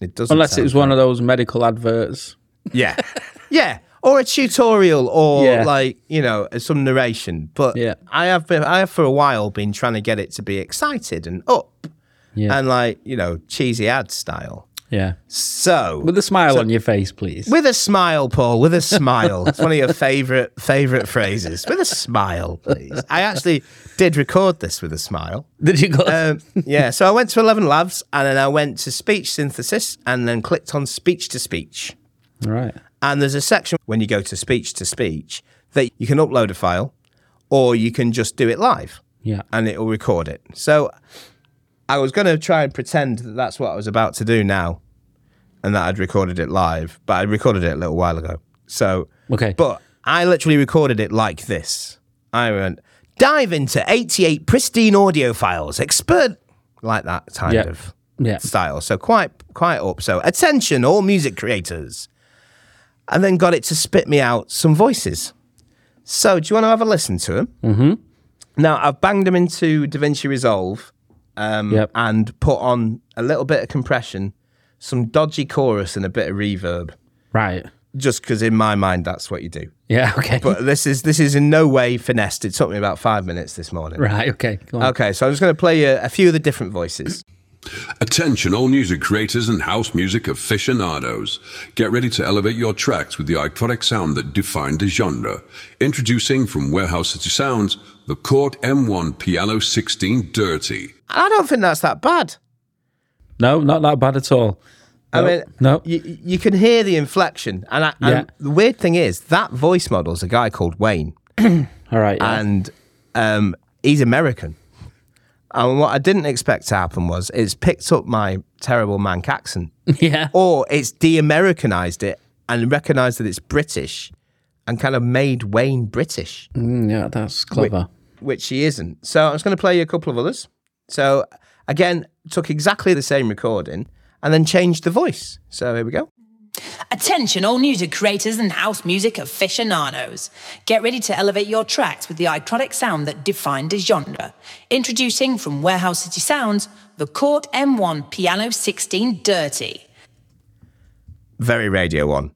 B: It doesn't.
A: unless it was one of those medical adverts.
B: yeah, yeah, or a tutorial, or
A: Yeah.
B: like you know some narration. But
A: Yeah.
B: I have been, I have for a while been trying to get it to be excited and up,
A: Yeah.
B: and like you know cheesy ad style.
A: Yeah.
B: So
A: With a smile on your face, please.
B: With a smile, Paul. With a smile. it's one of your favorite favorite phrases. With a smile, please. I actually did record this with a smile.
A: Did you go?
B: Um, yeah. So I went to Eleven Labs, and then I went to speech synthesis, and then clicked on speech to speech.
A: All right.
B: And there's a section when you go to speech to speech that you can upload a file, or you can just do it live,
A: Yeah.
B: and it will record it. So I was going to try and pretend that that's what I was about to do now, and that I'd recorded it live, but I recorded it a little while ago. So
A: Okay.
B: but I literally recorded it like this. I went, dive into 88 pristine audio files, expert, like that kind
A: Yeah.
B: of
A: Yeah.
B: style. So quite, quite up. So attention, all music creators. And then got it to spit me out some voices. So do you want to have a listen to them? Mm-hmm. Now I've banged them into DaVinci Resolve um,
A: Yep.
B: and put on a little bit of compression, some dodgy chorus, and a bit of reverb.
A: Right.
B: Just because in my mind that's what you do
A: Yeah. Okay.
B: but this is this is in no way finessed. It took me about five minutes this morning.
A: right. Okay. Go on.
B: Okay, so I'm just going to play you a few of the different voices.
C: Attention, all music creators and house music aficionados. Get ready to elevate your tracks with the iconic sound that defined the genre. Introducing from Warehouse City Sounds, the Korg M1 Piano 16 Dirty.
B: I don't think that's that bad.
A: No, not that bad at all.
B: I
A: No,
B: mean,
A: no.
B: you, you can hear the inflection, and, I, and
A: Yeah.
B: the weird thing is that voice model's a guy called Wayne,
A: All right. yeah.
B: and um, he's American. And what I didn't expect to happen was it's picked up my terrible Manc accent,
A: yeah.
B: or it's de-Americanized it and recognised that it's British, and kind of made Wayne British.
A: Mm, yeah. That's clever.
B: which she isn't. So I'm just going to play you a couple of others. So again, took exactly the same recording and then changed the voice. So here we go.
J: Attention, all music creators and house music aficionados. Get ready to elevate your tracks with the iconic sound that defined a genre. Introducing from Warehouse City Sounds, the Court M1 Piano 16 Dirty.
B: Very Radio One.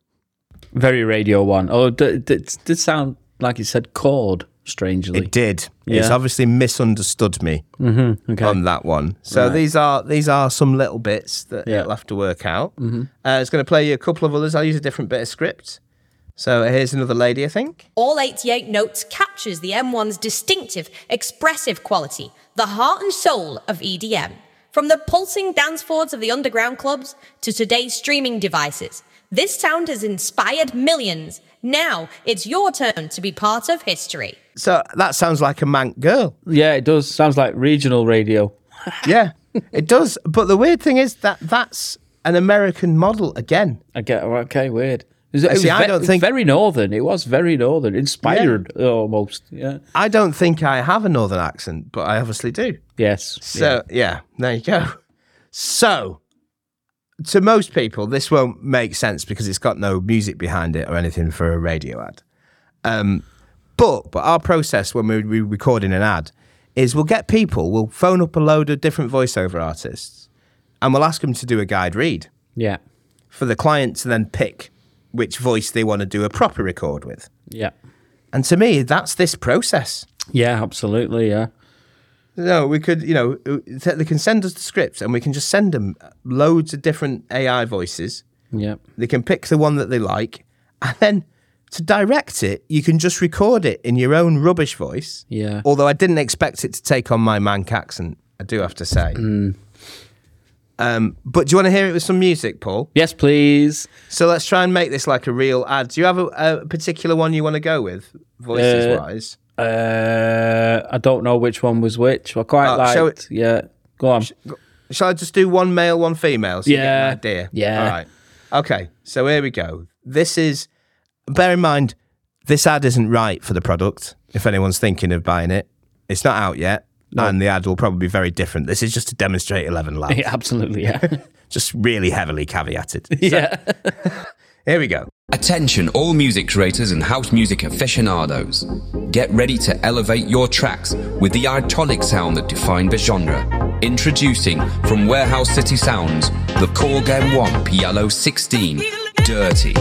A: Very Radio One. Oh, d- d- it did sound like it said chord. Strangely.
B: It did. It's
A: Yeah. Mm-hmm.
B: obviously misunderstood me on that one. So these are these are some little bits that
A: Yeah. Mm-hmm.
B: you'll have to work out. Uh, it's going to play you a couple of others. I'll use a different bit of script. So here's another lady, I think.
K: All 88 notes captures the M1's distinctive, expressive quality, the heart and soul of EDM. From the pulsing dance floors of the underground clubs to today's streaming devices, this sound has inspired millions. Now it's your turn to be part of history.
B: So that sounds like a mank girl.
A: Yeah. It does. Sounds like regional radio.
B: yeah, it does. But the weird thing is that that's an American model again.
A: I get. oh, Okay. Weird. It was, it was
B: see, I
A: ve-
B: don't think-
A: very northern. It was very northern, inspired almost. Yeah.
B: I don't think I have a northern accent, but I obviously do.
A: Yes.
B: So yeah, there you go. So to most people, this won't make sense because it's got no music behind it or anything for a radio ad. Um, but but our process when we're we're recording an ad is we'll get people, we'll phone up a load of different voiceover artists, and we'll ask them to do a guide read.
A: yeah.
B: for the client to then pick which voice they want to do a proper record with.
A: Yeah.
B: And to me, that's this process.
A: Yeah. Absolutely. Yeah.
B: No, we could, you know, uh, they can send us the scripts and we can just send them loads of different AI voices.
A: Yeah.
B: They can pick the one that they like. And then to direct it, you can just record it in your own rubbish voice.
A: Yeah.
B: Although I didn't expect it to take on my Manc accent. I do have to say.
A: Hmm.
B: Um, but do you want to hear it with some music, Paul?
A: Yes, please.
B: So let's try and make this like a real ad. Do you have a, a particular one you want to go with, voices
A: Uh,
B: wise?
A: Uh, I don't know which one was which. I quite
B: Oh,
A: liked.
B: shall
A: Yeah, go on.
B: Shall I just do one male, one female? So
A: Yeah.
B: You get an idea.
A: Yeah.
B: All right. Okay. So here we go. This is, bear in mind, this ad isn't right for the product. If anyone's thinking of buying it, it's not out yet. And the ad will probably be very different. This is just to demonstrate 11 Labs.
A: Yeah, absolutely. Yeah.
B: Just really heavily caveated.
A: yeah.
B: Here we go.
F: Attention, all music creators and house music aficionados. Get ready to elevate your tracks with the iconic sound that defined the genre. Introducing from Warehouse City Sounds, the Korgan 1 PLO 16 Dirty.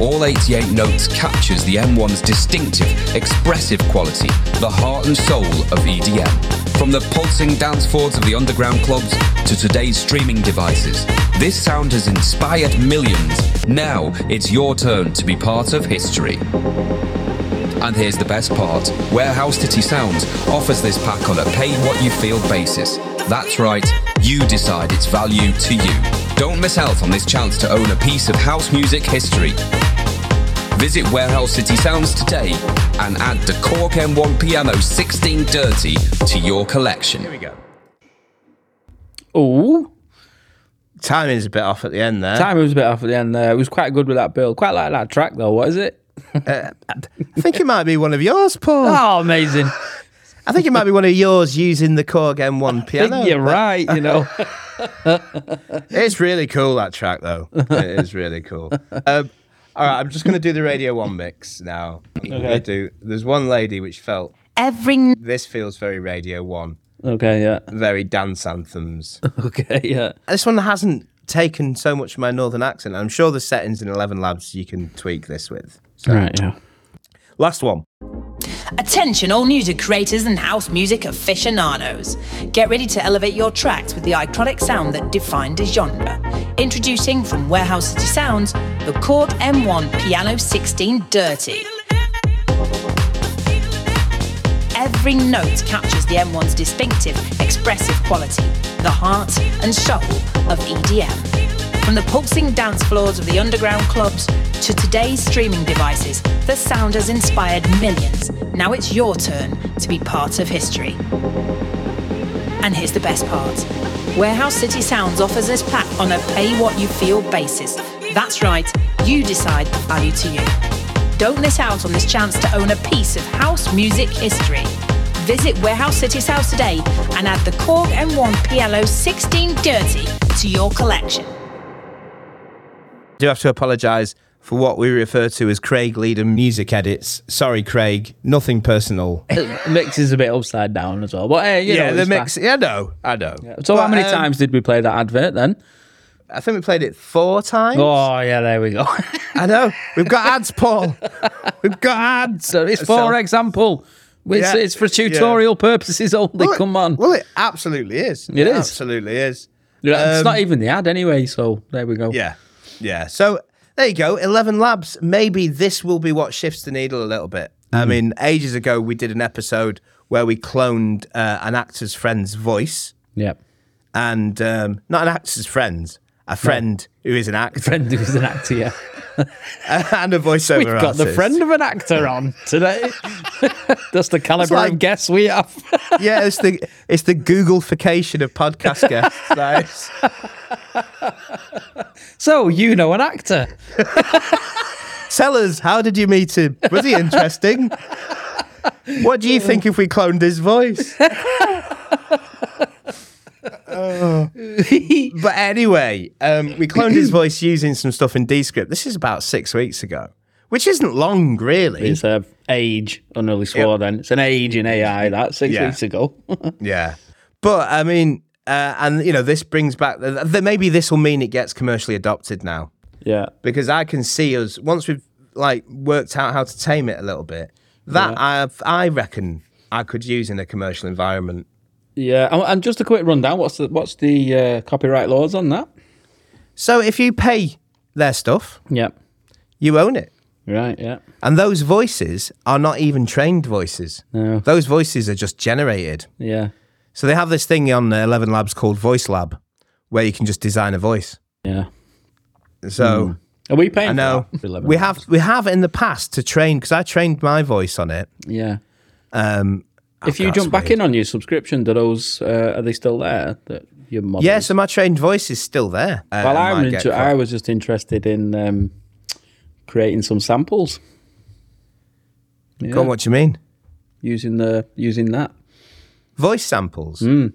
F: All 88 notes captures the M1's distinctive, expressive quality, the heart and soul of EDM. From the pulsing dance floors of the underground clubs to today's streaming devices, this sound has inspired millions. Now it's your turn to be part of history. And here's the best part Warehouse City Sounds offers this pack on a pay what you feel basis. That's right, you decide its value to you. Don't miss out on this chance to own a piece of house music history. Visit Warehouse City Sounds today and add the Cork M1 Piano 16 Dirty to your collection.
B: Here we go.
A: Ooh.
B: Timing's a bit off at the end there.
A: Time was a bit off at the end there. It was quite good with that build. Quite like that track though. What is it?
B: I think it might be one of yours, Paul.
A: Oh, amazing.
B: I think it might be one of yours using the Korg M1
A: I
B: piano.
A: think you're right. You know.
B: It's really cool that track though. it is really cool. Um, all right, I'm just going to do the Radio One mix now. I do. There's one lady which felt
I: Every n-
B: this feels very Radio One,
A: okay. Yeah.
B: very dance anthems.
A: Okay. Yeah.
B: this one hasn't taken so much of my northern accent. I'm sure the settings in Eleven Labs you can tweak this with.
A: Right. Yeah.
B: Last one.
J: Attention, all music creators and house music aficionados. Get ready to elevate your tracks with the iconic sound that defined a genre. Introducing from Warehouse City Sounds, the Korg M1 Piano 16 Dirty. Every note captures the M1's distinctive, expressive quality, the heart and soul of E EDM. From the pulsing dance floors of the underground clubs to today's streaming devices, the sound has inspired millions. Now it's your turn to be part of history. And here's the best part Warehouse City Sounds offers this pack on a pay what you feel basis. That's right, you decide the value to you. Don't miss out on this chance to own a piece of house music history. Visit Warehouse City Sounds today and add the Korg M1 PLO 16 Dirty to your collection.
B: do have to apologise for what we refer to as Craig Leader music edits. Sorry, Craig. Nothing personal.
A: mix is a bit upside down as well. But hey, you know,
B: the
A: it's
B: mix. Yeah, no, I know.
A: fine. So how
B: But,
A: many
B: um,
A: times did we play that advert then?
B: I think we played it four times.
A: Oh yeah, there we go.
B: I know. We've got ads, Paul. We've got ads.
A: so it's for
B: So-
A: example. It's,
B: Yeah.
A: it's for
B: Yeah.
A: tutorial purposes only.
B: Well, it-
A: Come on.
B: Well, it absolutely is.
A: It is.
B: Absolutely is.
A: Yeah, it's
B: Um,
A: not even the ad anyway, so there we go.
B: Yeah. Yeah. So there you go. 11 Labs. Maybe this will be what shifts the needle a little bit.
A: Hmm.
B: I mean, ages ago, we did an episode where we cloned uh, an actor's friend's voice.
A: Yeah.
B: and um, not an actor's friends, a friend who is an actor
A: Friend who's an actor, yeah.
B: and a voiceover
A: We've got the
B: artist.
A: friend of an actor on today. That's the caliber
B: like-
A: of guests we have.
B: yeah, it's the it's the Googlefication of podcast guests. Like,
A: so you know an actor.
B: Tell us, how did you meet him? Was he interesting? What do you think if we cloned his voice? But anyway, um, we cloned his voice using some stuff in Descript. This is about six weeks ago, which isn't long, really.
A: it's a age. I nearly swore then. It's an age in AI that six
B: Yeah.
A: weeks ago.
B: Yeah, but I mean, uh, and you know, this brings back th- th- maybe this will mean it gets commercially adopted now
A: yeah.
B: because I can see us once we've like worked out how to tame it a little bit. That I I reckon I could use in a commercial environment.
A: Yeah. And, and just a quick rundown, what's the what's the uh, copyright laws on that?
B: So if you pay their stuff,
A: Yep.
B: you own it.
A: Right, yeah.
B: And those voices are not even trained voices.
A: No.
B: Those voices are just generated.
A: Yeah.
B: So they have this thing on Eleven Labs called Voice Lab, where you can just design a voice.
A: Yeah. Hmm.
B: So
A: Are we paying?
B: I
A: for
B: know
A: that? 11
B: we have we have in the past to train because I trained my voice on it.
A: Yeah.
B: Um,
A: If you
B: that's
A: jump back in on your subscription, do those uh, are they still there? That your model.
B: yeah, so my trained voice is still there. Uh,
A: Well,
B: I
A: I'm
B: might
A: inter-
B: get
A: I
B: caught.
A: was just interested in um, creating some samples.
B: Go on, what do you mean?
A: Using the using that.
B: Voice samples.
A: Hmm.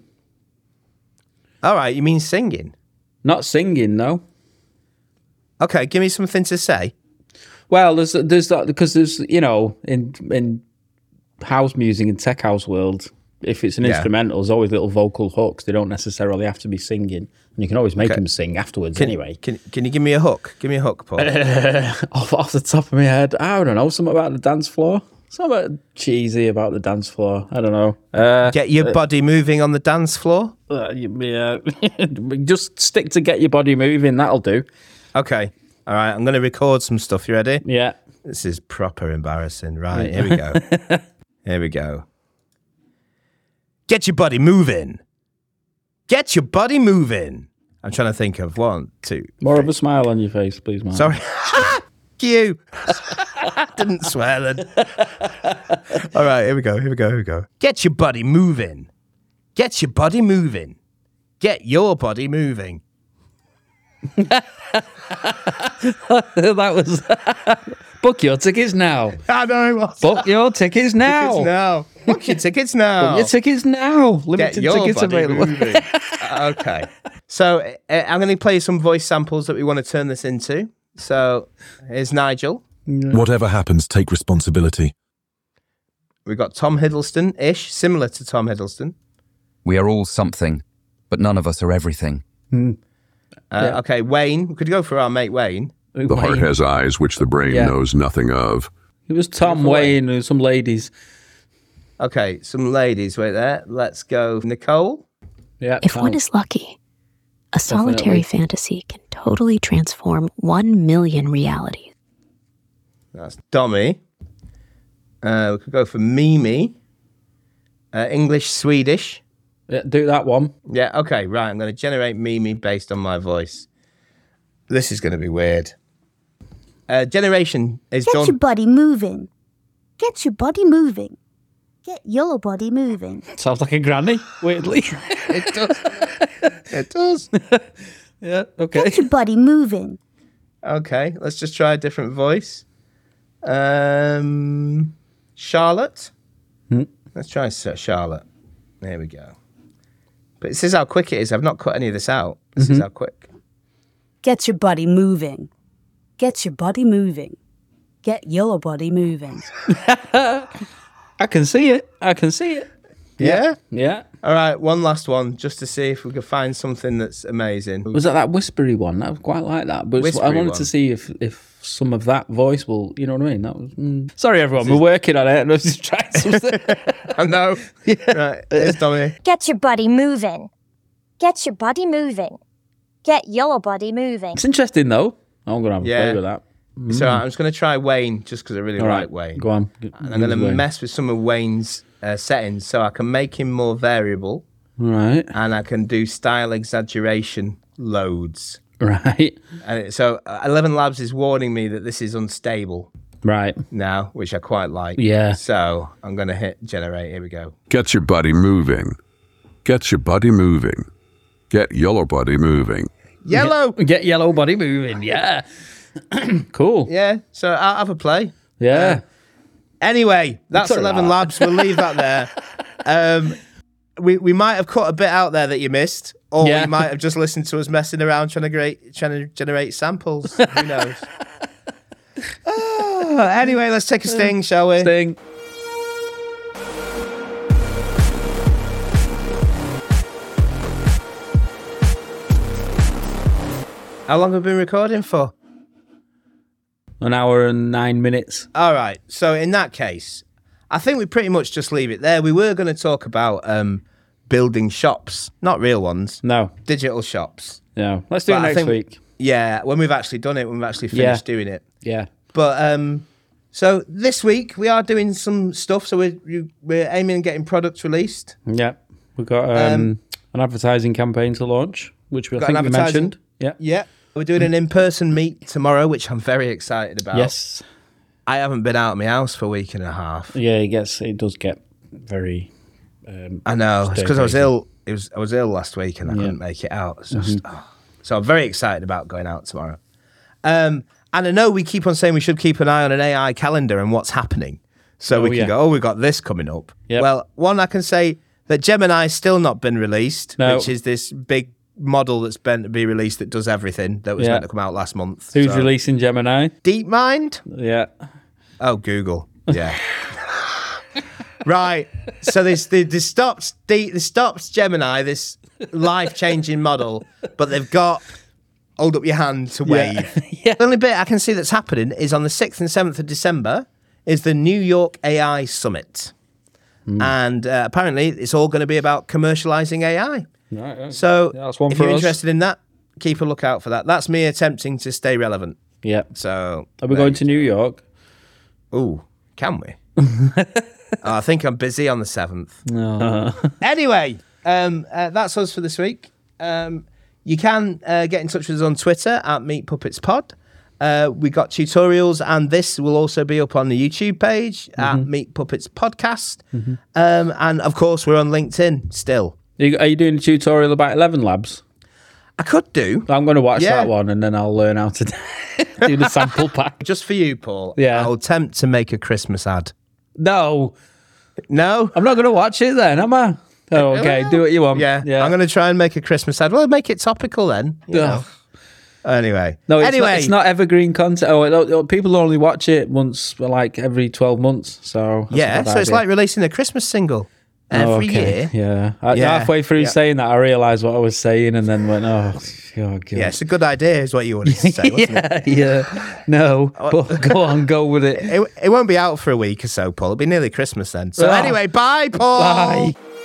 B: All right, you mean singing?
A: Not singing, no.
B: Okay, give me something to say.
A: Well, there's there's that because there's you know in in house music and tech house world, if it's an
B: Yeah.
A: instrumental, there's always little vocal hooks. They don't necessarily have to be singing, and you can always make them sing afterwards.
B: Can,
A: anyway,
B: can can you give me a hook? Give me a hook, Paul.
A: off, off the top of my head, I don't know. Something about the dance floor. Something cheesy about the dance floor. I don't know. Uh,
B: Get your body moving on the dance floor.
A: uh, yeah, just stick to get your body moving. That'll do.
B: Okay. All right, I'm going to record some stuff. You ready?
A: Yeah.
B: This is proper embarrassing. Right, here we go. here we go. Get your body moving. Get your body moving. I'm trying to think of one, two.
A: More of a smile on your face, please, man.
B: Sorry. you. Didn't swear then. All right, here we go. Here we go. Here we go. Get your body moving. Get your body moving. Get your body moving.
A: that was. Book your tickets now.
B: I know. I'll-
A: Book your tickets now.
B: Tickets now. Book your tickets now.
A: Your tickets now.
B: Get
A: Limited
B: your
A: tickets
B: body
A: available.
B: moving. Uh, okay. So uh, I'm going to play some voice samples that we want to turn this into. So here's Nigel.
E: Whatever happens, take responsibility.
B: We've got Tom Hiddleston ish, similar to Tom Hiddleston.
F: We are all something, but none of us are everything.
B: Uh, Okay, Wayne. We could go for our mate Wayne.
C: The heart has eyes which the brain
A: Yeah.
C: knows nothing of.
A: It was Tom Wayne and some ladies.
B: Okay, some ladies right there. Let's go, Nicole.
A: Yeah.
L: If one
A: Tom.
L: is lucky, a solitary
A: Definitely.
L: fantasy can totally transform one million realities.
B: That's Dommy. Uh, we could go for Mimi. Uh, English, Swedish.
A: Yeah, do that one.
B: Yeah, okay, right. I'm going to generate Mimi based on my voice. This is going to be weird. Uh, generation is
M: Get
B: John.
M: your body moving. Get your body moving. Get your body moving.
A: Sounds like a granny, weirdly.
B: it does. it does.
A: yeah, okay.
M: Get your body moving.
B: Okay, let's just try a different voice. Um, Charlotte. Let's try Sir Charlotte. There we go. But this is how quick it is. I've not cut any of this out. This is how quick.
N: Get your body moving. Get your body moving. Get your body moving.
A: I can see it. I can see it.
B: Yeah.
A: Yeah.
B: All right, one last one, just to see if we could find something that's amazing.
A: Was that that whispery one? I quite like that. But it's- I
B: Whispery
A: wanted
B: one.
A: to see if if some of that voice will, you know what I mean? That was. Mm. Sorry, everyone. We're working on it. and Let's just try something.
B: I know. Right, here's Dommy.
G: Get your body moving. Get your body moving. Get your body moving.
A: it's interesting though. I'm gonna have a
B: Yeah.
A: play with that.
B: It's all right. I'm just going to try Wayne just because I really
A: Mm. All
B: like
A: right,
B: Wayne.
A: Go on.
B: And I'm going to mess with some of Wayne's uh, settings so I can make him more variable
A: Right.
B: and I can do style exaggeration loads.
A: Right.
B: And it- so uh, Eleven Labs is warning me that this is unstable
A: Right.
B: now, which I quite like.
A: Yeah.
B: So I'm going to hit generate. Here we go.
C: Get your body moving. Get your body moving. Get your body moving.
B: Yellow.
A: Get yellow body moving. Yeah. cool. Yeah.
B: Yeah. So I'll have a play. Anyway, that's
A: all
B: Eleven
A: right.
B: Labs. We'll leave that there. Um, we we might have cut a bit out there that you missed, or
A: Yeah.
B: you might have just listened to us messing around trying to create, trying to generate samples. Who knows? Ah, anyway, let's take a sting, shall we?
A: Sting.
B: How long have we been recording for?
A: An hour and nine minutes.
B: All right. So in that case, I think we pretty much just leave it there. We were going to talk about um, building shops, not real ones,
A: No.
B: digital shops.
A: No. Let's do it
B: But I
A: next
B: think-
A: week.
B: Yeah, when we've actually done it, when we've actually
A: Yeah.
B: finished doing it.
A: Yeah.
B: But um, so this week we are doing some stuff. So we're you- we're aiming at getting products released.
A: Yeah, we've got um,
B: Um,
A: an advertising campaign to launch, which we I
B: Got an
A: think we
B: advertising-
A: mentioned. Yeah,
B: yeah. We're doing an in-person meet tomorrow, which I'm very excited about.
A: Yes.
B: I haven't been out of my house for a week and a half.
A: Yeah, it gets it does get very. Um,
B: I know it's because I was
A: stir-crazy.
B: ill. It was I was ill last week and I couldn't make it out. It's just-
A: Mm-hmm.
B: oh. So I'm very excited about going out tomorrow. Um, and I know we keep on saying we should keep an eye on an AI calendar and what's happening, so we
A: Oh,
B: can
A: yeah.
B: go. Oh, we got this coming up.
A: Yep.
B: Well, one I can say that Gemini's still not been released,
A: No.
B: which is this big model that's meant to be released that does everything that was
A: Yeah.
B: meant to come out last month.
A: Who's
B: So-
A: releasing Gemini?
B: DeepMind.
A: Yeah.
B: Oh, Google. Yeah. right. So this they, they stopped they, they stopped Gemini, this life changing model, but they've got hold up your hand to
A: Yeah.
B: wave. The only bit I can see that's happening is on the sixth and seventh of December is the New York AI Summit,
A: Hmm.
B: and uh, apparently it's all going to be about commercializing AI.
A: Right, right.
B: So
A: Yeah, that's one
B: if
A: for
B: you're
A: us.
B: interested in that, keep a lookout for that. That's me attempting to stay relevant.
A: Yeah.
B: So
A: Are we
B: there
A: going
B: you
A: to New York?
B: Ooh, can we? I think I'm busy on the seventh.
A: No.
B: Anyway, um, uh, that's us for this week. Um, you can uh, get in touch with us on Twitter at Meat Puppets Pod. Uh, we got tutorials, and this will also be up on the YouTube page
A: Mm-hmm.
B: at Meat Puppets Podcast. Um, and of course, we're on LinkedIn still.
A: Are you, are you doing a tutorial about Eleven Labs?
B: I could do.
A: I'm going to watch
B: Yeah.
A: that one and then I'll learn how to do the sample pack.
B: Just for you, Paul.
A: Yeah.
B: I'll attempt to make a Christmas ad.
A: No,
B: No.
A: I'm not going to watch it then, am I? Oh, okay. Do what you want.
B: Yeah.
A: Yeah.
B: I'm going to try and make a Christmas ad. Well, make it topical then. you know.
A: Ugh.
B: Anyway.
A: No, it's,
B: anyway,
A: not, it's not evergreen content. Oh, it- oh, people only watch it once, like every 12 months. So, that's
B: Yeah,
A: a bad
B: so it's
A: idea.
B: like releasing a Christmas single
A: Oh,
B: every
A: okay.
B: year.
A: Yeah. I,
B: Yeah,
A: Halfway through
B: yeah.
A: saying that, I realized what I was saying and then went, oh, oh God.
B: Yeah, it's a good idea, is what you wanted to say, wasn't it?
A: yeah, yeah. No,
B: Oh.
A: but go on, go with it.
B: it? It won't be out for a week or so, Paul. It'll be nearly Christmas then. So
A: Ah.
B: anyway, bye, Paul.
A: Bye.